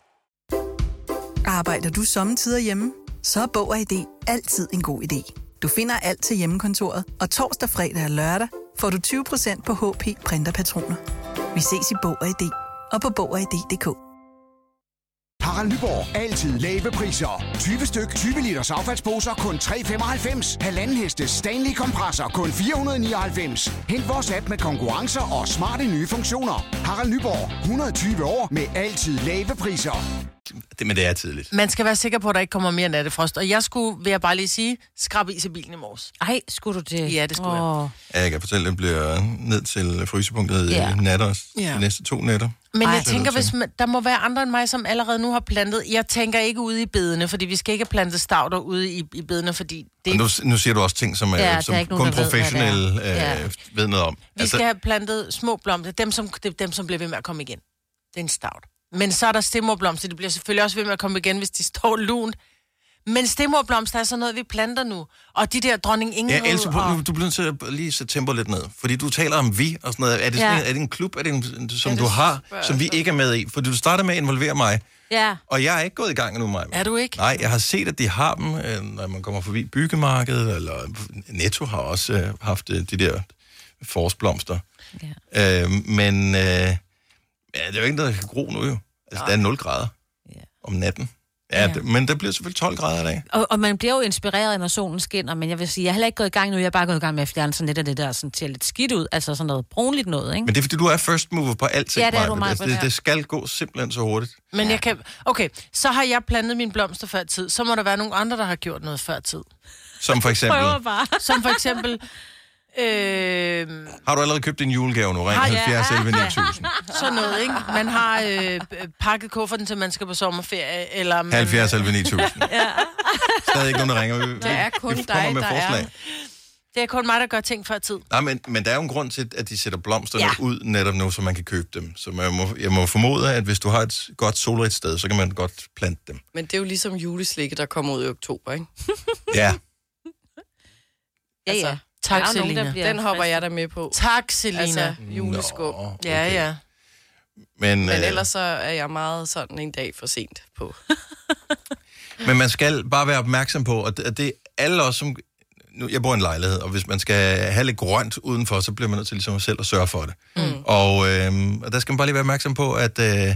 [SPEAKER 16] Arbejder du sommetider hjemme? Så er Bog og ID altid en god idé. Du finder alt til hjemmekontoret, og torsdag, fredag og lørdag får du 20% på HP printerpatroner. Vi ses i Bog og ID og på Bog og ID.dk.
[SPEAKER 17] Harald Nyborg. Altid lave priser. 20 styk, 20 liters affaldsposer kun 3,95. Halvanden heste Stanley kompresser kun 499. Hent vores app med konkurrencer og smarte nye funktioner. Harald Nyborg. 120 år med altid lave priser.
[SPEAKER 1] Det, men det er tidligt.
[SPEAKER 2] Man skal være sikker på, at der ikke kommer mere nattefrost. Og jeg skulle, vil jeg bare lige sige, skrabe is i bilen i morges.
[SPEAKER 6] Ej, skulle du det?
[SPEAKER 2] Ja, det skulle oh. jeg.
[SPEAKER 1] Ja, jeg kan fortælle, at det bliver ned til frysepunktet
[SPEAKER 2] Ja.
[SPEAKER 1] ja. nat også.
[SPEAKER 2] Ja.
[SPEAKER 1] Ja. De næste to nætter.
[SPEAKER 2] Men Ej.
[SPEAKER 1] Så er
[SPEAKER 2] jeg
[SPEAKER 1] det
[SPEAKER 2] tænker,
[SPEAKER 1] til.
[SPEAKER 2] hvis man, der må være andre end mig, som allerede nu har plantet. Jeg tænker ikke ude i bedene, fordi vi skal ikke plante stavter ude i, i bedene, fordi det...
[SPEAKER 1] Og nu, nu siger du også ting, som,
[SPEAKER 2] Ja, der er
[SPEAKER 1] ja, som
[SPEAKER 2] ikke
[SPEAKER 1] kun
[SPEAKER 2] nogen, der ved, hvad det er.
[SPEAKER 1] professionelle ved,
[SPEAKER 2] Ja.
[SPEAKER 1] øh, ved noget om.
[SPEAKER 2] Vi skal have plantet små blomster, dem som, det er dem som bliver ved med at komme igen. Det er en stavt. Men så er der stemmerblomster, de bliver selvfølgelig også ved med at komme igen, hvis de (laughs) står lunt. Men stemmerblomster er sådan noget, vi planter nu. Og de der dronning Ingrid...
[SPEAKER 1] Ja, Else,
[SPEAKER 2] og...
[SPEAKER 1] prøv, nu- du bliver nødt til at lige sætte tempo lidt ned. Fordi du taler om vi og sådan noget. Er det, sådan
[SPEAKER 6] Ja.
[SPEAKER 1] en, er det en klub, er det en, som
[SPEAKER 6] Ja,
[SPEAKER 1] ja,
[SPEAKER 6] det
[SPEAKER 1] det du har,
[SPEAKER 6] spørger jeg
[SPEAKER 1] som vi
[SPEAKER 6] så.
[SPEAKER 1] ikke er med i? For du starter med at involvere mig,
[SPEAKER 6] Ja.
[SPEAKER 1] og jeg er ikke gået i gang endnu, Maja.
[SPEAKER 2] Er du ikke?
[SPEAKER 1] Nej, jeg har set, at de har dem, øh, når man kommer forbi byggemarkedet, eller Netto har også øh, haft øh, de der forårsblomster. Ja. Øh, men øh, ja, det er jo ikke noget, der kan gro nu jo. Altså, der er 0 grader om natten. Ja, ja. Det, men der bliver selvfølgelig 12 grader i dag.
[SPEAKER 6] Og, og man bliver jo inspireret, når solen skinner, men jeg vil sige, jeg er heller ikke gået i gang nu, jeg er bare gået i gang med at fjerne sådan lidt af det der, sådan til lidt skidt ud, altså sådan noget brunligt noget, ikke?
[SPEAKER 1] Men det er, fordi du er first mover på alting,
[SPEAKER 6] Ja, det er du,
[SPEAKER 1] Maja.
[SPEAKER 6] Maja,
[SPEAKER 1] Altså,
[SPEAKER 6] ja.
[SPEAKER 1] det, det skal gå simpelthen så hurtigt.
[SPEAKER 2] Men ja. jeg kan... Okay, så har jeg plantet mine blomster før tid. Så må der være nogle andre, der har gjort noget før tid.
[SPEAKER 1] Som for eksempel,
[SPEAKER 2] bare. (laughs) Som for eksempel... øhm, Øh,
[SPEAKER 1] har du allerede købt din julegave nu?
[SPEAKER 2] Ah,
[SPEAKER 1] Ring 70 11
[SPEAKER 2] (laughs)
[SPEAKER 1] 9000.
[SPEAKER 2] Sådan noget, ikke? Man har øh, øh, pakket kufferten til, man skal på sommerferie, eller... Man,
[SPEAKER 1] 70 11 9000.
[SPEAKER 2] Ja.
[SPEAKER 1] Stadig ikke nogen, der ringer.
[SPEAKER 2] (laughs)
[SPEAKER 1] Vi,
[SPEAKER 2] Der er
[SPEAKER 1] vi-
[SPEAKER 2] kun
[SPEAKER 1] vi kommer
[SPEAKER 2] dig,
[SPEAKER 1] med
[SPEAKER 2] der
[SPEAKER 1] forslag.
[SPEAKER 2] er... Det er kun mig, der gør ting før tid.
[SPEAKER 1] Nej, men, men der er jo en grund til, at de sætter blomsterne
[SPEAKER 2] Ja.
[SPEAKER 1] ja. ud netop nu, så man kan købe dem. Så man må, jeg må formode, at hvis du har et godt solrigt sted, så kan man godt plante dem.
[SPEAKER 3] Men det er jo ligesom juleslikke, der kommer ud i oktober, ikke?
[SPEAKER 1] Ja.
[SPEAKER 6] Ja, ja.
[SPEAKER 2] Tak,
[SPEAKER 3] der er jo nogen,
[SPEAKER 2] Selina.
[SPEAKER 3] der bliver Altså, Den hopper jeg da med på.
[SPEAKER 2] Tak, Selina.
[SPEAKER 3] Altså, juleskum. Nå,
[SPEAKER 1] okay.
[SPEAKER 2] Ja, ja.
[SPEAKER 1] Men,
[SPEAKER 3] Men
[SPEAKER 1] øh,
[SPEAKER 3] ellers så er jeg meget sådan en dag for sent på.
[SPEAKER 1] Men man skal bare være opmærksom på, at at det er alle os, som... Nu, jeg bor i en lejlighed, og hvis man skal have lidt grønt udenfor, så bliver man nødt til ligesom selv at sørge for det. Mm. Og, øh, og der skal man bare lige være opmærksom på, at, øh,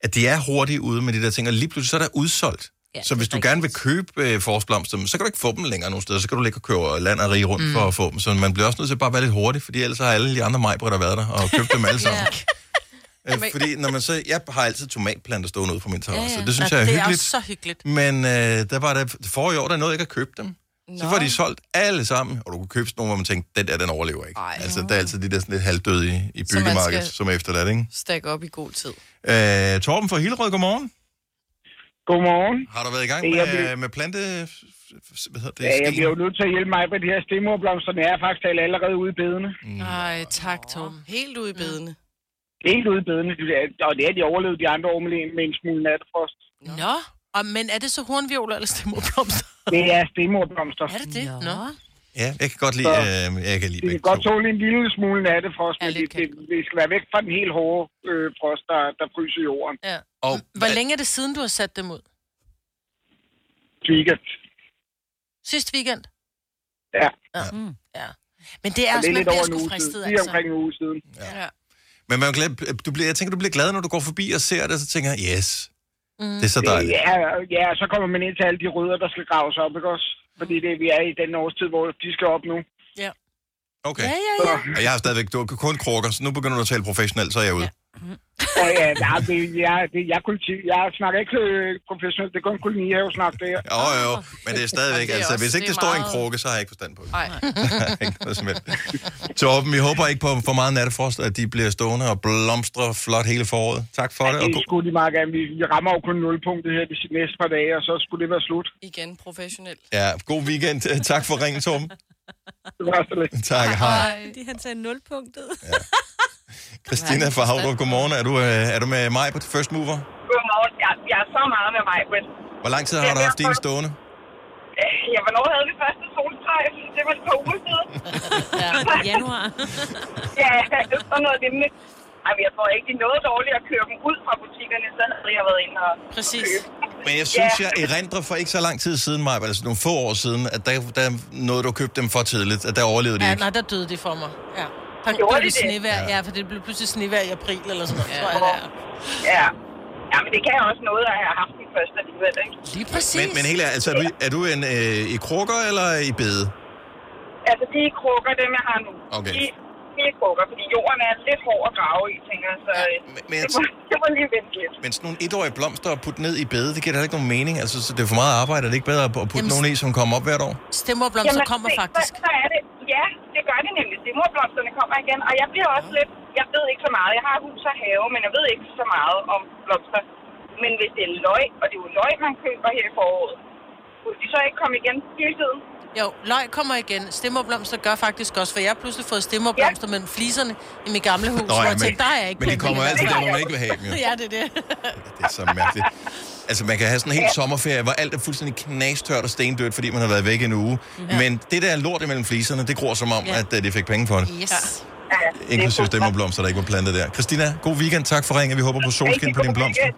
[SPEAKER 1] at de er hurtige ude med de der ting, og lige pludselig så er der udsolgt. Ja, så hvis du gerne vil købe øh, forårsblomster, så kan du ikke få dem længere nogen steder. Så kan du ligge og køre land og rige rundt mm. for at få dem. Så man bliver også nødt til bare at være lidt hurtig, fordi ellers har alle de andre majbretter været der og købt dem (laughs) alle sammen. yeah. øh, fordi når man så, jeg har altid tomatplanter stående ude på min terrasse. Ja, ja. Det synes
[SPEAKER 2] Nå,
[SPEAKER 1] jeg er
[SPEAKER 2] det
[SPEAKER 1] hyggeligt.
[SPEAKER 2] Det er også så hyggeligt.
[SPEAKER 1] Men øh, der var der, forrige år, der nåede jeg ikke at købe dem. Nå. Så var de solgt alle sammen, og du kunne købe sådan nogle, hvor man tænkte, den der, den overlever ikke. Ej. Altså, der er altid de der sådan lidt halvdøde i, i
[SPEAKER 3] man
[SPEAKER 1] byggemarkedet,
[SPEAKER 3] skal-
[SPEAKER 1] som er efterladt, ikke?
[SPEAKER 3] Stak op i god tid.
[SPEAKER 1] Øh, Torben fra Hillerød, godmorgen.
[SPEAKER 18] Godmorgen.
[SPEAKER 1] Har du været i gang
[SPEAKER 18] Jeg
[SPEAKER 1] med,
[SPEAKER 18] blev-
[SPEAKER 1] med plante... Hvad hedder det?
[SPEAKER 18] Ja, jeg
[SPEAKER 1] Sten?
[SPEAKER 18] bliver jo nødt til at hjælpe mig, for de her stemmerblomsterne er faktisk allerede ude i bedene.
[SPEAKER 1] Mm.
[SPEAKER 18] Mm.
[SPEAKER 2] Nej, tak, Tom. Helt ude i bedene.
[SPEAKER 18] Helt ude i bedene, de er- og det er de overlevet de andre år med en- med en smule natfrost.
[SPEAKER 2] Nå, og, men er det så hornvioler eller stemmerblomster?
[SPEAKER 18] Det er stemmerblomster.
[SPEAKER 2] (laughs) Er det det? Nå.
[SPEAKER 1] Ja, jeg kan godt lide, øh, jeg kan
[SPEAKER 18] Det
[SPEAKER 1] lide begge
[SPEAKER 18] kan godt tåle en lille smule nattefrost, men det, det, det skal være væk fra den helt hårde øh, frost, der, der fryser jorden.
[SPEAKER 2] Ja.
[SPEAKER 1] Og,
[SPEAKER 2] Hvor længe er det siden, du har sat dem ud?
[SPEAKER 18] Weekend.
[SPEAKER 2] Sidste weekend?
[SPEAKER 18] Ja.
[SPEAKER 2] Ja. Mm. ja. Men det er
[SPEAKER 18] Så
[SPEAKER 2] også, man
[SPEAKER 18] lidt
[SPEAKER 2] bliver
[SPEAKER 18] over en
[SPEAKER 2] sgu
[SPEAKER 18] uge
[SPEAKER 2] fristet, altså.
[SPEAKER 18] siden. Lige omkring en uge siden.
[SPEAKER 2] Ja.
[SPEAKER 1] Men man er glad, du bliver, jeg tænker, du bliver glad, når du går forbi og ser det, og så tænker jeg, yes,
[SPEAKER 2] Mm.
[SPEAKER 1] det er så dejligt.
[SPEAKER 18] Ja, ja, så kommer man ind til alle de rødder, der skal graves op, ikke også? Fordi det, vi er i den årstid, hvor de skal op nu.
[SPEAKER 2] Ja.
[SPEAKER 1] Okay. Ja, Og jeg har stadigvæk du, kun krukker, så nu begynder du at tale professionelt, så er jeg ude.
[SPEAKER 18] Ja,
[SPEAKER 1] (laughs)
[SPEAKER 18] ja, nej, det, jeg, det, jeg, kulti, jeg snakker ikke øh, professionelt, det er kun kolonihavesnak, det her.
[SPEAKER 1] Jo, jo, jo, men det er stadigvæk,
[SPEAKER 18] Ah. Ja, det er
[SPEAKER 1] altså,
[SPEAKER 18] også-
[SPEAKER 1] hvis ikke
[SPEAKER 18] det
[SPEAKER 1] det
[SPEAKER 18] er
[SPEAKER 1] står i en
[SPEAKER 18] meget-
[SPEAKER 1] krukke, så har (laughs) jeg ikke forstand på det.
[SPEAKER 18] (laughs) Nej.
[SPEAKER 1] Ikke noget som helst. Torben, vi håber ikke på for meget nattefrost, at de bliver stående og blomstrer flot hele foråret. Tak for det, og
[SPEAKER 18] Det
[SPEAKER 1] god-
[SPEAKER 18] skulle de meget gerne. Vi, vi rammer jo kun nulpunktet her de næste par dage, og så skulle det være slut.
[SPEAKER 3] Igen, professionelt.
[SPEAKER 1] ja, god weekend. (laughs) Tak for ringen, Torben.
[SPEAKER 18] Det var så lidt.
[SPEAKER 1] Tak, hej.
[SPEAKER 6] Fordi han sagde nulpunktet. Ja.
[SPEAKER 1] Christina fra Havrup, godmorgen. Er du, øh, er du med mig på First Mover?
[SPEAKER 19] Godmorgen. Jeg, jeg er så meget med mig, men øh,
[SPEAKER 1] Hvor lang tid har du haft dine stående?
[SPEAKER 19] ja, hvornår havde vi første solstrejf? Det var et par uger siden. (laughs) ja, januar. (laughs) ja, sådan noget lignende. Ej, men jeg tror ikke, det er noget dårligt at køre dem ud fra butikkerne, sådan havde jeg været inde og Præcis.
[SPEAKER 1] Men jeg synes, jeg erindrer for ikke så lang tid siden, Maja, altså nogle få år siden, at der, der nåede du at købe dem for tidligt, at der overlevede de
[SPEAKER 2] Ja,
[SPEAKER 1] ikke.
[SPEAKER 2] nej, der døde det for mig. Ja. Der
[SPEAKER 19] Gjorde
[SPEAKER 2] blev
[SPEAKER 19] de
[SPEAKER 2] det
[SPEAKER 19] det?
[SPEAKER 2] snevejr, ja. for det blev pludselig snevejr i april eller sådan noget, ja. tror jeg, det er.
[SPEAKER 19] Ja. ja, men det kan også noget at have haft den første alligevel, ikke?
[SPEAKER 2] Lige
[SPEAKER 1] Men, men helt ærligt, altså, er du, er du en, øh, i krukker eller i bede?
[SPEAKER 19] Altså, de krukker, dem jeg har nu.
[SPEAKER 1] Okay.
[SPEAKER 19] De, de er krukker, fordi jorden er lidt hård at grave i, tænker jeg, så ja,
[SPEAKER 1] men
[SPEAKER 19] det, må, det må lige vente lidt.
[SPEAKER 1] Men sådan nogle etårige blomster at putte ned i bede, det giver da ikke nogen mening. Altså, så det er for meget arbejde. Er det ikke bedre at putte
[SPEAKER 2] Jamen,
[SPEAKER 1] nogen i, som kommer op hvert år?
[SPEAKER 2] Stemmerblomster
[SPEAKER 19] Jamen,
[SPEAKER 2] kommer
[SPEAKER 19] se,
[SPEAKER 2] faktisk.
[SPEAKER 19] Så, så er det, ja, det gør det nemlig. Stemmerblomsterne kommer igen, og jeg bliver også lidt, jeg ved ikke så meget. Jeg har hus og have, men jeg ved ikke så meget om blomster. Men hvis det er løg, og det er jo løg, man køber her i foråret, burde de så ikke komme igen hele tiden?
[SPEAKER 2] Jo, løg kommer igen. Stemmerblomster gør faktisk også, for jeg har pludselig fået stemmerblomster ja. mellem fliserne i mit gamle hus, Nå,
[SPEAKER 1] Nå, ja,
[SPEAKER 2] hvor jeg
[SPEAKER 1] men-
[SPEAKER 2] tænkte, der er jeg ikke
[SPEAKER 1] men de
[SPEAKER 2] plantet
[SPEAKER 1] kommer jo altid
[SPEAKER 2] noget.
[SPEAKER 1] der, hvor man ikke vil have dem, jo.
[SPEAKER 2] Ja, det er det.
[SPEAKER 1] Det er så mærkeligt. Altså, man kan have sådan en helt sommerferie, hvor alt er fuldstændig knastørt og stendødt, fordi man har været væk en uge. Men det der lort imellem fliserne, det gror som om,
[SPEAKER 19] Ja.
[SPEAKER 1] at øh, de fik penge for det.
[SPEAKER 2] Yes. Ja.
[SPEAKER 19] Ja,
[SPEAKER 1] Inklusive stemmerblomster, der ikke var plantet der. Christina, god weekend. Tak for ringen. Vi håber på solskin på dine blomster.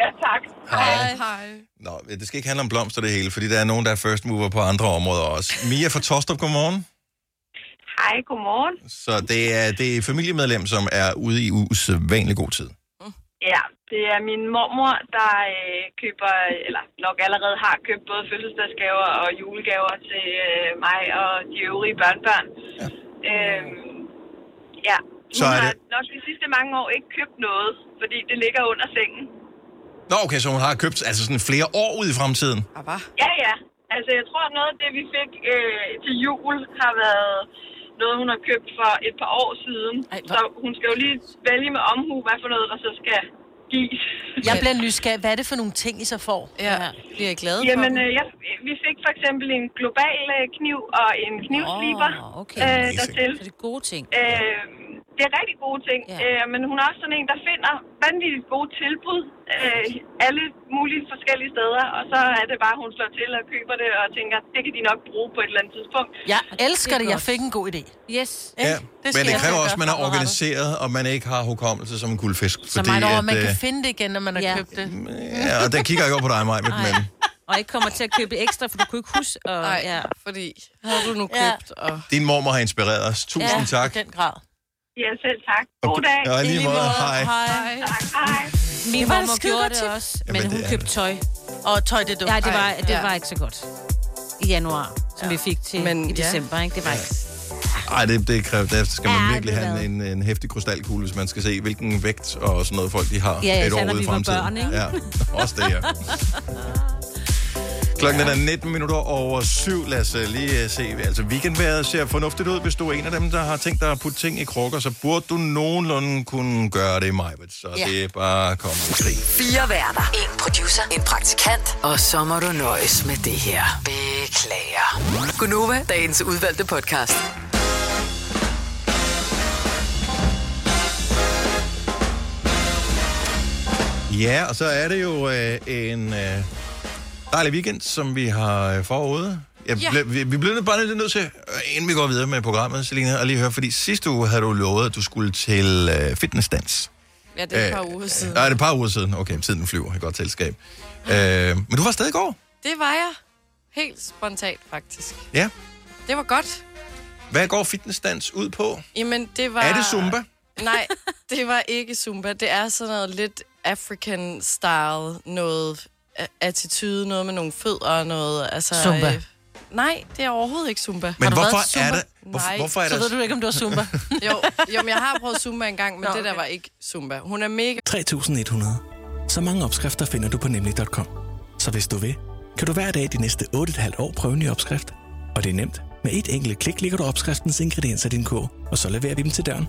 [SPEAKER 19] Ja, tak.
[SPEAKER 1] Hej.
[SPEAKER 19] Hej.
[SPEAKER 1] Nå, det skal ikke handle om blomster det hele, fordi der er nogen, der er first mover på andre områder også. Mia fra Tostrup, godmorgen.
[SPEAKER 19] Hej, godmorgen.
[SPEAKER 1] Så det er, det er familiemedlem, som er ude i usædvanlig god tid.
[SPEAKER 19] Ja, det er min mormor, der øh, køber, eller nok allerede har købt både fødselsdagsgaver og julegaver til øh, mig og de øvrige børnebørn. Ja. Øhm, ja. Hun
[SPEAKER 1] Så er
[SPEAKER 19] har
[SPEAKER 1] det-
[SPEAKER 19] nok de sidste mange år ikke købt noget, fordi det ligger under sengen.
[SPEAKER 1] Nå, okay, så hun har købt altså sådan flere år ud i fremtiden.
[SPEAKER 19] Ja, ja. Altså, jeg tror, noget af det, vi fik øh, til jul, har været noget, hun har købt for et par år siden. Ej, så hun skal jo lige vælge med omhu, hvad for noget, der så skal gives.
[SPEAKER 2] Jeg bliver nysgerrig. Hvad er det for nogle ting, I så får? Ja, bliver I glade
[SPEAKER 19] Jamen,
[SPEAKER 2] for
[SPEAKER 19] øh, jeg, vi fik for eksempel en global øh, kniv og en knivsliber oh, okay. øh, dertil. Så det er gode ting. Øh, det er rigtig gode ting, ja. øh, men hun er også sådan en, der finder vanvittigt gode tilbud øh, alle mulige forskellige steder, og så er det bare, hun slår til og køber det og tænker, det kan de nok bruge på et eller andet tidspunkt.
[SPEAKER 2] Jeg elsker det. Jeg fik en god idé.
[SPEAKER 19] Yes.
[SPEAKER 1] Ja, men det kræver også, at man er organiseret, og man ikke har hukommelse som en guldfisk.
[SPEAKER 2] Så meget over, man
[SPEAKER 1] øh,
[SPEAKER 2] kan finde det igen, når man har ja. købt det.
[SPEAKER 1] Ja, og der kigger jeg jo på dig, Maj, med men
[SPEAKER 6] Og ikke kommer til at købe ekstra, for du kunne ikke huske. Og, Nej, ja.
[SPEAKER 3] fordi havde du nu købt, og...
[SPEAKER 1] Din mormor har inspireret os. Tusind ja, tak.
[SPEAKER 2] den grad.
[SPEAKER 19] Ja, selv tak. God dag.
[SPEAKER 1] Ja, i lige I lige måde. måde. Hej.
[SPEAKER 19] Hej. Tak, hej.
[SPEAKER 6] Min
[SPEAKER 19] var
[SPEAKER 6] mor
[SPEAKER 19] et
[SPEAKER 6] gjorde det
[SPEAKER 19] skidegodt tip.
[SPEAKER 6] også, men
[SPEAKER 1] Jamen,
[SPEAKER 6] hun
[SPEAKER 1] det er
[SPEAKER 6] købte tøj.
[SPEAKER 2] Og tøj, det er dumt.
[SPEAKER 6] Ja, det var,
[SPEAKER 2] Ej,
[SPEAKER 6] det
[SPEAKER 2] ja.
[SPEAKER 6] var ikke så godt i januar, som ja. vi fik til Men, i december. Ikke? Det var ikke...
[SPEAKER 1] Ej, det, det kræver, der skal man virkelig have en, en hæftig krystalkugle, hvis man skal se, hvilken vægt og sådan noget folk de har
[SPEAKER 6] Ja,
[SPEAKER 1] et
[SPEAKER 6] især
[SPEAKER 1] år
[SPEAKER 6] når
[SPEAKER 1] ude i
[SPEAKER 6] vi var
[SPEAKER 1] fremtiden.
[SPEAKER 6] børn, ikke?
[SPEAKER 1] Ja, også det,
[SPEAKER 6] (laughs)
[SPEAKER 1] ja. Klokken er 19 minutter over syv. Lad os øh, lige øh, se. Altså, weekendværet ser fornuftigt ud. Hvis du er en af dem, der har tænkt dig at putte ting i krukker, så burde du nogenlunde kunne gøre det i maj. Så
[SPEAKER 4] Ja.
[SPEAKER 1] ja. det er bare at komme i krig.
[SPEAKER 4] Fire værter. En producer. En praktikant. Og så må du nøjes med det her. Beklager. Gunova, dagens udvalgte podcast.
[SPEAKER 1] Ja, og så er det jo øh, en øh, dejlig weekend, som vi har øh, forude. Jeg
[SPEAKER 20] Ja.
[SPEAKER 1] ja. ble, vi, vi bliver bare lidt nødt til, øh, inden vi går videre med programmet, Selina, og lige høre, fordi sidste uge havde du lovet, at du skulle til øh, fitnessdans.
[SPEAKER 3] Ja, det er et par
[SPEAKER 1] Øh,
[SPEAKER 3] uger siden.
[SPEAKER 1] Nej, det er et par uger siden. Okay, tiden flyver. Et godt selskab. Øh, men du var stadig i går.
[SPEAKER 3] Det var jeg. Helt spontant, faktisk.
[SPEAKER 1] Ja.
[SPEAKER 3] Det var godt.
[SPEAKER 1] Hvad går fitnessdans ud på?
[SPEAKER 3] Jamen, det var...
[SPEAKER 1] Var... Er det Zumba?
[SPEAKER 3] Nej, det var ikke Zumba. Det er sådan noget lidt African-style, noget a- attitude, noget med nogle fødder og noget... Altså,
[SPEAKER 6] Zumba.
[SPEAKER 3] nej, det er overhovedet ikke Zumba.
[SPEAKER 1] Men
[SPEAKER 3] Har du
[SPEAKER 1] hvorfor
[SPEAKER 3] været til
[SPEAKER 1] er
[SPEAKER 3] Zumba?
[SPEAKER 1] der- hvorfor-
[SPEAKER 3] Nej.
[SPEAKER 1] hvorfor er Så der- ved du
[SPEAKER 6] ikke, om det var Zumba.
[SPEAKER 3] (laughs) jo, jo, men jeg har prøvet Zumba engang, men Nå, det der var ikke Zumba. Hun er mega
[SPEAKER 14] 3.100. Så mange opskrifter finder du på nemlig.com. Så hvis du vil, kan du hver dag de næste 8,5 år prøve en ny opskrift. Og det er nemt. Med et enkelt klik ligger du opskriftens ingredienser i din kog, og så leverer vi dem til døren.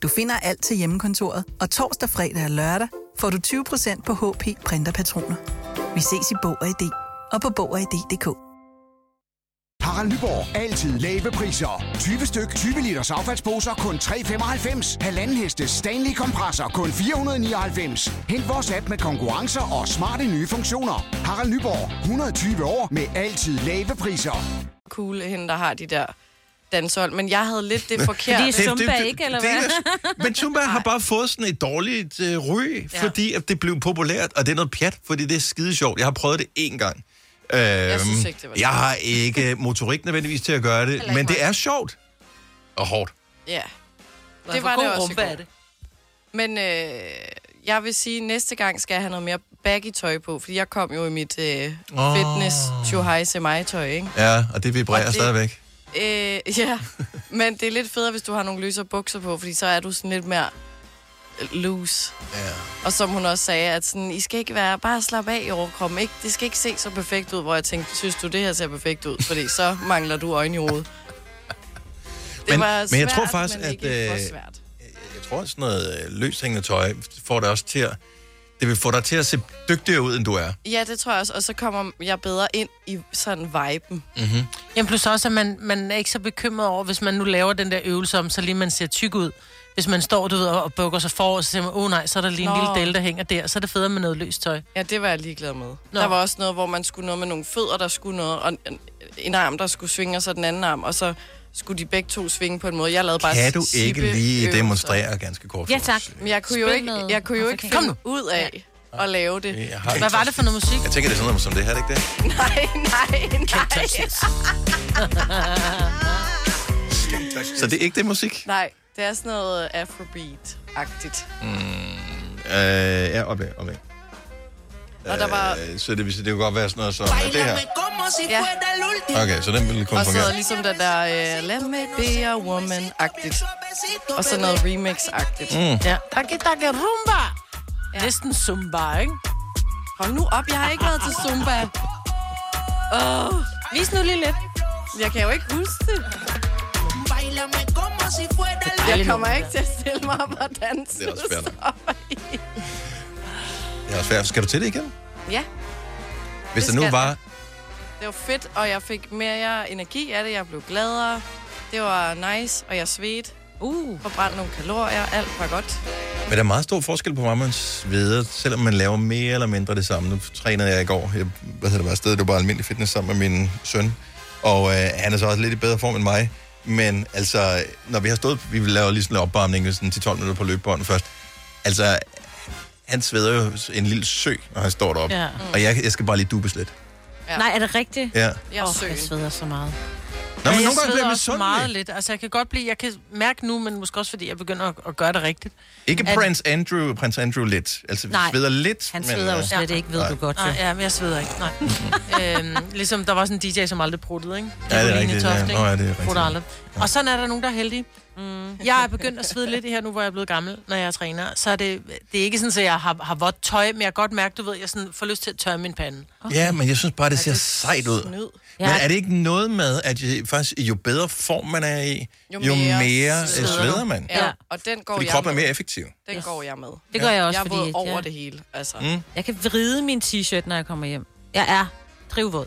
[SPEAKER 16] Du finder alt til hjemmekontoret, og torsdag, fredag og lørdag får du 20% på HP printerpatroner. Vi ses i Bog og ID og på Bog og ID.dk.
[SPEAKER 17] Harald Nyborg. Altid lave priser. 20 styk, 20 liters affaldsposer kun 3,95. Halvanden heste Stanley kompresser kun 499. Hent vores app med konkurrencer og smarte nye funktioner. Harald Nyborg. 120 år med altid lave priser.
[SPEAKER 3] cool, hende, der har de der danshold. Men jeg havde lidt det forkerte.
[SPEAKER 1] Det- det- det- det er- Men Zumba har bare fået sådan et dårligt øh, ryg,
[SPEAKER 3] Ja.
[SPEAKER 1] ja. fordi at det blev populært, og det er noget pjat, fordi det er skide sjovt. Jeg har prøvet det én gang. Øhm, jeg
[SPEAKER 3] synes ikke, det var
[SPEAKER 1] Jeg har
[SPEAKER 3] (laughs)
[SPEAKER 1] ikke motorik nødvendigvis til at gøre det,
[SPEAKER 3] Heller ikke
[SPEAKER 1] men det er sjovt og hårdt.
[SPEAKER 3] Ja.
[SPEAKER 6] Nå,
[SPEAKER 3] Det
[SPEAKER 6] for
[SPEAKER 3] var
[SPEAKER 6] god
[SPEAKER 3] det også. i
[SPEAKER 6] rumpe
[SPEAKER 3] går.
[SPEAKER 6] er det.
[SPEAKER 3] Men øh, jeg vil sige, at næste gang skal jeg have noget mere baggy tøj på, fordi jeg kom jo i mit øh,
[SPEAKER 1] Åh.
[SPEAKER 3] oh. fitness to high semi tøj, ikke?
[SPEAKER 1] Ja, og det vibrerer
[SPEAKER 3] Og det-
[SPEAKER 1] stadigvæk.
[SPEAKER 3] Øh, ja, men det er lidt federe, hvis du har nogle løsere bukser på, fordi så er du sådan lidt mere loose.
[SPEAKER 1] Ja.
[SPEAKER 3] Og som hun også sagde, at sådan, I skal ikke være, bare slappe af i overkroppen. Ikke, det skal ikke se så perfekt ud, hvor jeg tænkte, synes du, det her ser perfekt ud? Fordi så mangler du øjne i
[SPEAKER 1] (laughs)
[SPEAKER 3] hovedet. Det
[SPEAKER 1] Men-
[SPEAKER 3] var
[SPEAKER 1] men jeg
[SPEAKER 3] svært,
[SPEAKER 1] tror faktisk,
[SPEAKER 3] men ikke
[SPEAKER 1] at,
[SPEAKER 3] for
[SPEAKER 1] øh,
[SPEAKER 3] svært.
[SPEAKER 1] Jeg tror, at sådan noget øh, løshængende tøj får dig også til at... Det vil få dig til at se dygtigere ud, end du er.
[SPEAKER 3] Ja, det tror jeg også. Og så kommer jeg bedre ind i sådan viben.
[SPEAKER 1] Mm-hmm.
[SPEAKER 2] Jamen plus også, at man, man er ikke så bekymret over, hvis man nu laver den der øvelse om, så lige man ser tyk ud. Hvis man står, du ved, og og bukker sig forover, så siger man, åh oh, nej, så er der lige en
[SPEAKER 3] Nå.
[SPEAKER 2] lille del, der hænger der. Så er det federe med noget løst tøj.
[SPEAKER 3] Ja, det var jeg ligeglad med. Nå. Der var også noget, hvor man skulle noget med nogle fødder, der skulle noget, og en- en arm, der skulle svinge, og så den anden arm, og så skulle de begge to svinge på en måde. Jeg lavede bare
[SPEAKER 1] Kan du
[SPEAKER 3] sippe-
[SPEAKER 1] ikke lige
[SPEAKER 3] øvelser.
[SPEAKER 1] demonstrere ganske kort?
[SPEAKER 3] Ja, tak. Men jeg kunne jo
[SPEAKER 2] Spil
[SPEAKER 3] ikke,
[SPEAKER 2] noget
[SPEAKER 3] jeg kunne jo ikke finde ud af at lave det.
[SPEAKER 1] Jeg har
[SPEAKER 2] Hvad var det for noget musik?
[SPEAKER 1] Jeg tænker, det er sådan noget som det her, er det ikke det?
[SPEAKER 3] (laughs) Nej, nej, nej. (laughs)
[SPEAKER 1] Så det er ikke det musik?
[SPEAKER 3] nej, det er sådan noget afrobeat-agtigt.
[SPEAKER 1] Mm, øh, ja, op ad, op ad.
[SPEAKER 3] Og der var-
[SPEAKER 1] Øh, så det, vil sige, det kunne godt være sådan noget som øh, det her.
[SPEAKER 3] como si ja. fuera el último.
[SPEAKER 1] Okay, så den ville kun
[SPEAKER 3] Og så
[SPEAKER 1] fungere.
[SPEAKER 3] ligesom den der uh, Let me be a woman-agtigt. Og så noget remix-agtigt.
[SPEAKER 1] Mm.
[SPEAKER 2] Ja. Taki, taki, rumba! Ja. Næsten zumba, ikke?
[SPEAKER 3] Hold nu op, jeg har ikke været til Zumba. Åh, vis nu lige lidt. Jeg kan jo ikke huske det. Jeg kommer ikke til at stille mig op og danse.
[SPEAKER 1] Det er også fair nok. Det er også svært. Skal du til det igen?
[SPEAKER 3] (laughs) Ja,
[SPEAKER 1] Hvis
[SPEAKER 3] Det
[SPEAKER 1] det, nu
[SPEAKER 3] skal
[SPEAKER 1] var...
[SPEAKER 3] det var fedt, og jeg fik mere energi af det. Jeg blev gladere. Det var nice, og jeg svedte.
[SPEAKER 6] Uh.
[SPEAKER 3] Forbrændte nogle kalorier. Alt var godt.
[SPEAKER 1] Men der er meget stor forskel på, hvad man sveder, selvom man laver mere eller mindre det samme. Nu trænede jeg i går, jeg, hvad hedder det, var afsted, det var bare almindelig fitness sammen med min søn. Og øh, han er så også lidt i bedre form end mig. Men altså, når vi har stået, vi laver lige sådan en opvarmning, sådan 10-12 minutter på løbebånd først. Altså, han sveder jo en lille sø, når han står deroppe.
[SPEAKER 6] Ja.
[SPEAKER 1] Ja.
[SPEAKER 6] Mm.
[SPEAKER 1] Og jeg, jeg skal bare lige dubes lidt.
[SPEAKER 6] Ja. Nej, er det rigtigt?
[SPEAKER 1] Ja.
[SPEAKER 6] Jeg, oh, jeg sveder så meget.
[SPEAKER 1] Nå, men
[SPEAKER 2] jeg
[SPEAKER 1] nogle gange
[SPEAKER 2] sveder
[SPEAKER 1] bliver man
[SPEAKER 2] også
[SPEAKER 1] sundelig.
[SPEAKER 2] meget lidt. Altså, jeg kan godt blive, jeg kan mærke nu, men måske også fordi, jeg begynder at, at gøre det rigtigt.
[SPEAKER 1] Ikke
[SPEAKER 2] At-
[SPEAKER 1] Prince Andrew, Prince Andrew lidt. Altså,
[SPEAKER 2] Nej,
[SPEAKER 1] Nej, sveder lidt.
[SPEAKER 2] han sveder jo
[SPEAKER 1] øh,
[SPEAKER 2] slet ikke, ved
[SPEAKER 1] nej.
[SPEAKER 2] du godt. Nej, ja, men jeg sveder ikke, nej.
[SPEAKER 1] (laughs)
[SPEAKER 2] øhm, ligesom der var sådan en DJ, som aldrig pruttede, ikke?
[SPEAKER 1] Ja, det er
[SPEAKER 2] Nicoline
[SPEAKER 1] rigtigt, ja.
[SPEAKER 2] ikke?
[SPEAKER 1] Nå, ja, det er rigtigt.
[SPEAKER 2] Prutter aldrig. Og sådan er der nogen, der er heldige. Mm. Jeg er begyndt at svede lidt her nu, hvor jeg er blevet gammel, når jeg træner. Så er det, det er ikke sådan, at jeg har, har vådt tøj, men jeg kan godt mærke, du ved, jeg sådan får lyst til at tørre min pande.
[SPEAKER 1] Ja, men jeg synes bare, det ser sejt ud. Men
[SPEAKER 2] Ja.
[SPEAKER 1] er det ikke noget med, at jo, faktisk, jo bedre form man er i, jo mere, øh, sveder, man?
[SPEAKER 3] Ja, og den går
[SPEAKER 1] Fordi
[SPEAKER 3] jeg
[SPEAKER 1] kroppen er
[SPEAKER 3] med.
[SPEAKER 1] mere effektiv.
[SPEAKER 3] Den
[SPEAKER 6] Yes.
[SPEAKER 3] går jeg med.
[SPEAKER 6] Det gør jeg også,
[SPEAKER 3] Jeg er våd
[SPEAKER 6] fordi-
[SPEAKER 3] over
[SPEAKER 6] ja.
[SPEAKER 3] det hele, altså.
[SPEAKER 1] Mm.
[SPEAKER 6] Jeg kan vride min t-shirt, når jeg kommer hjem. Jeg er drivvåd.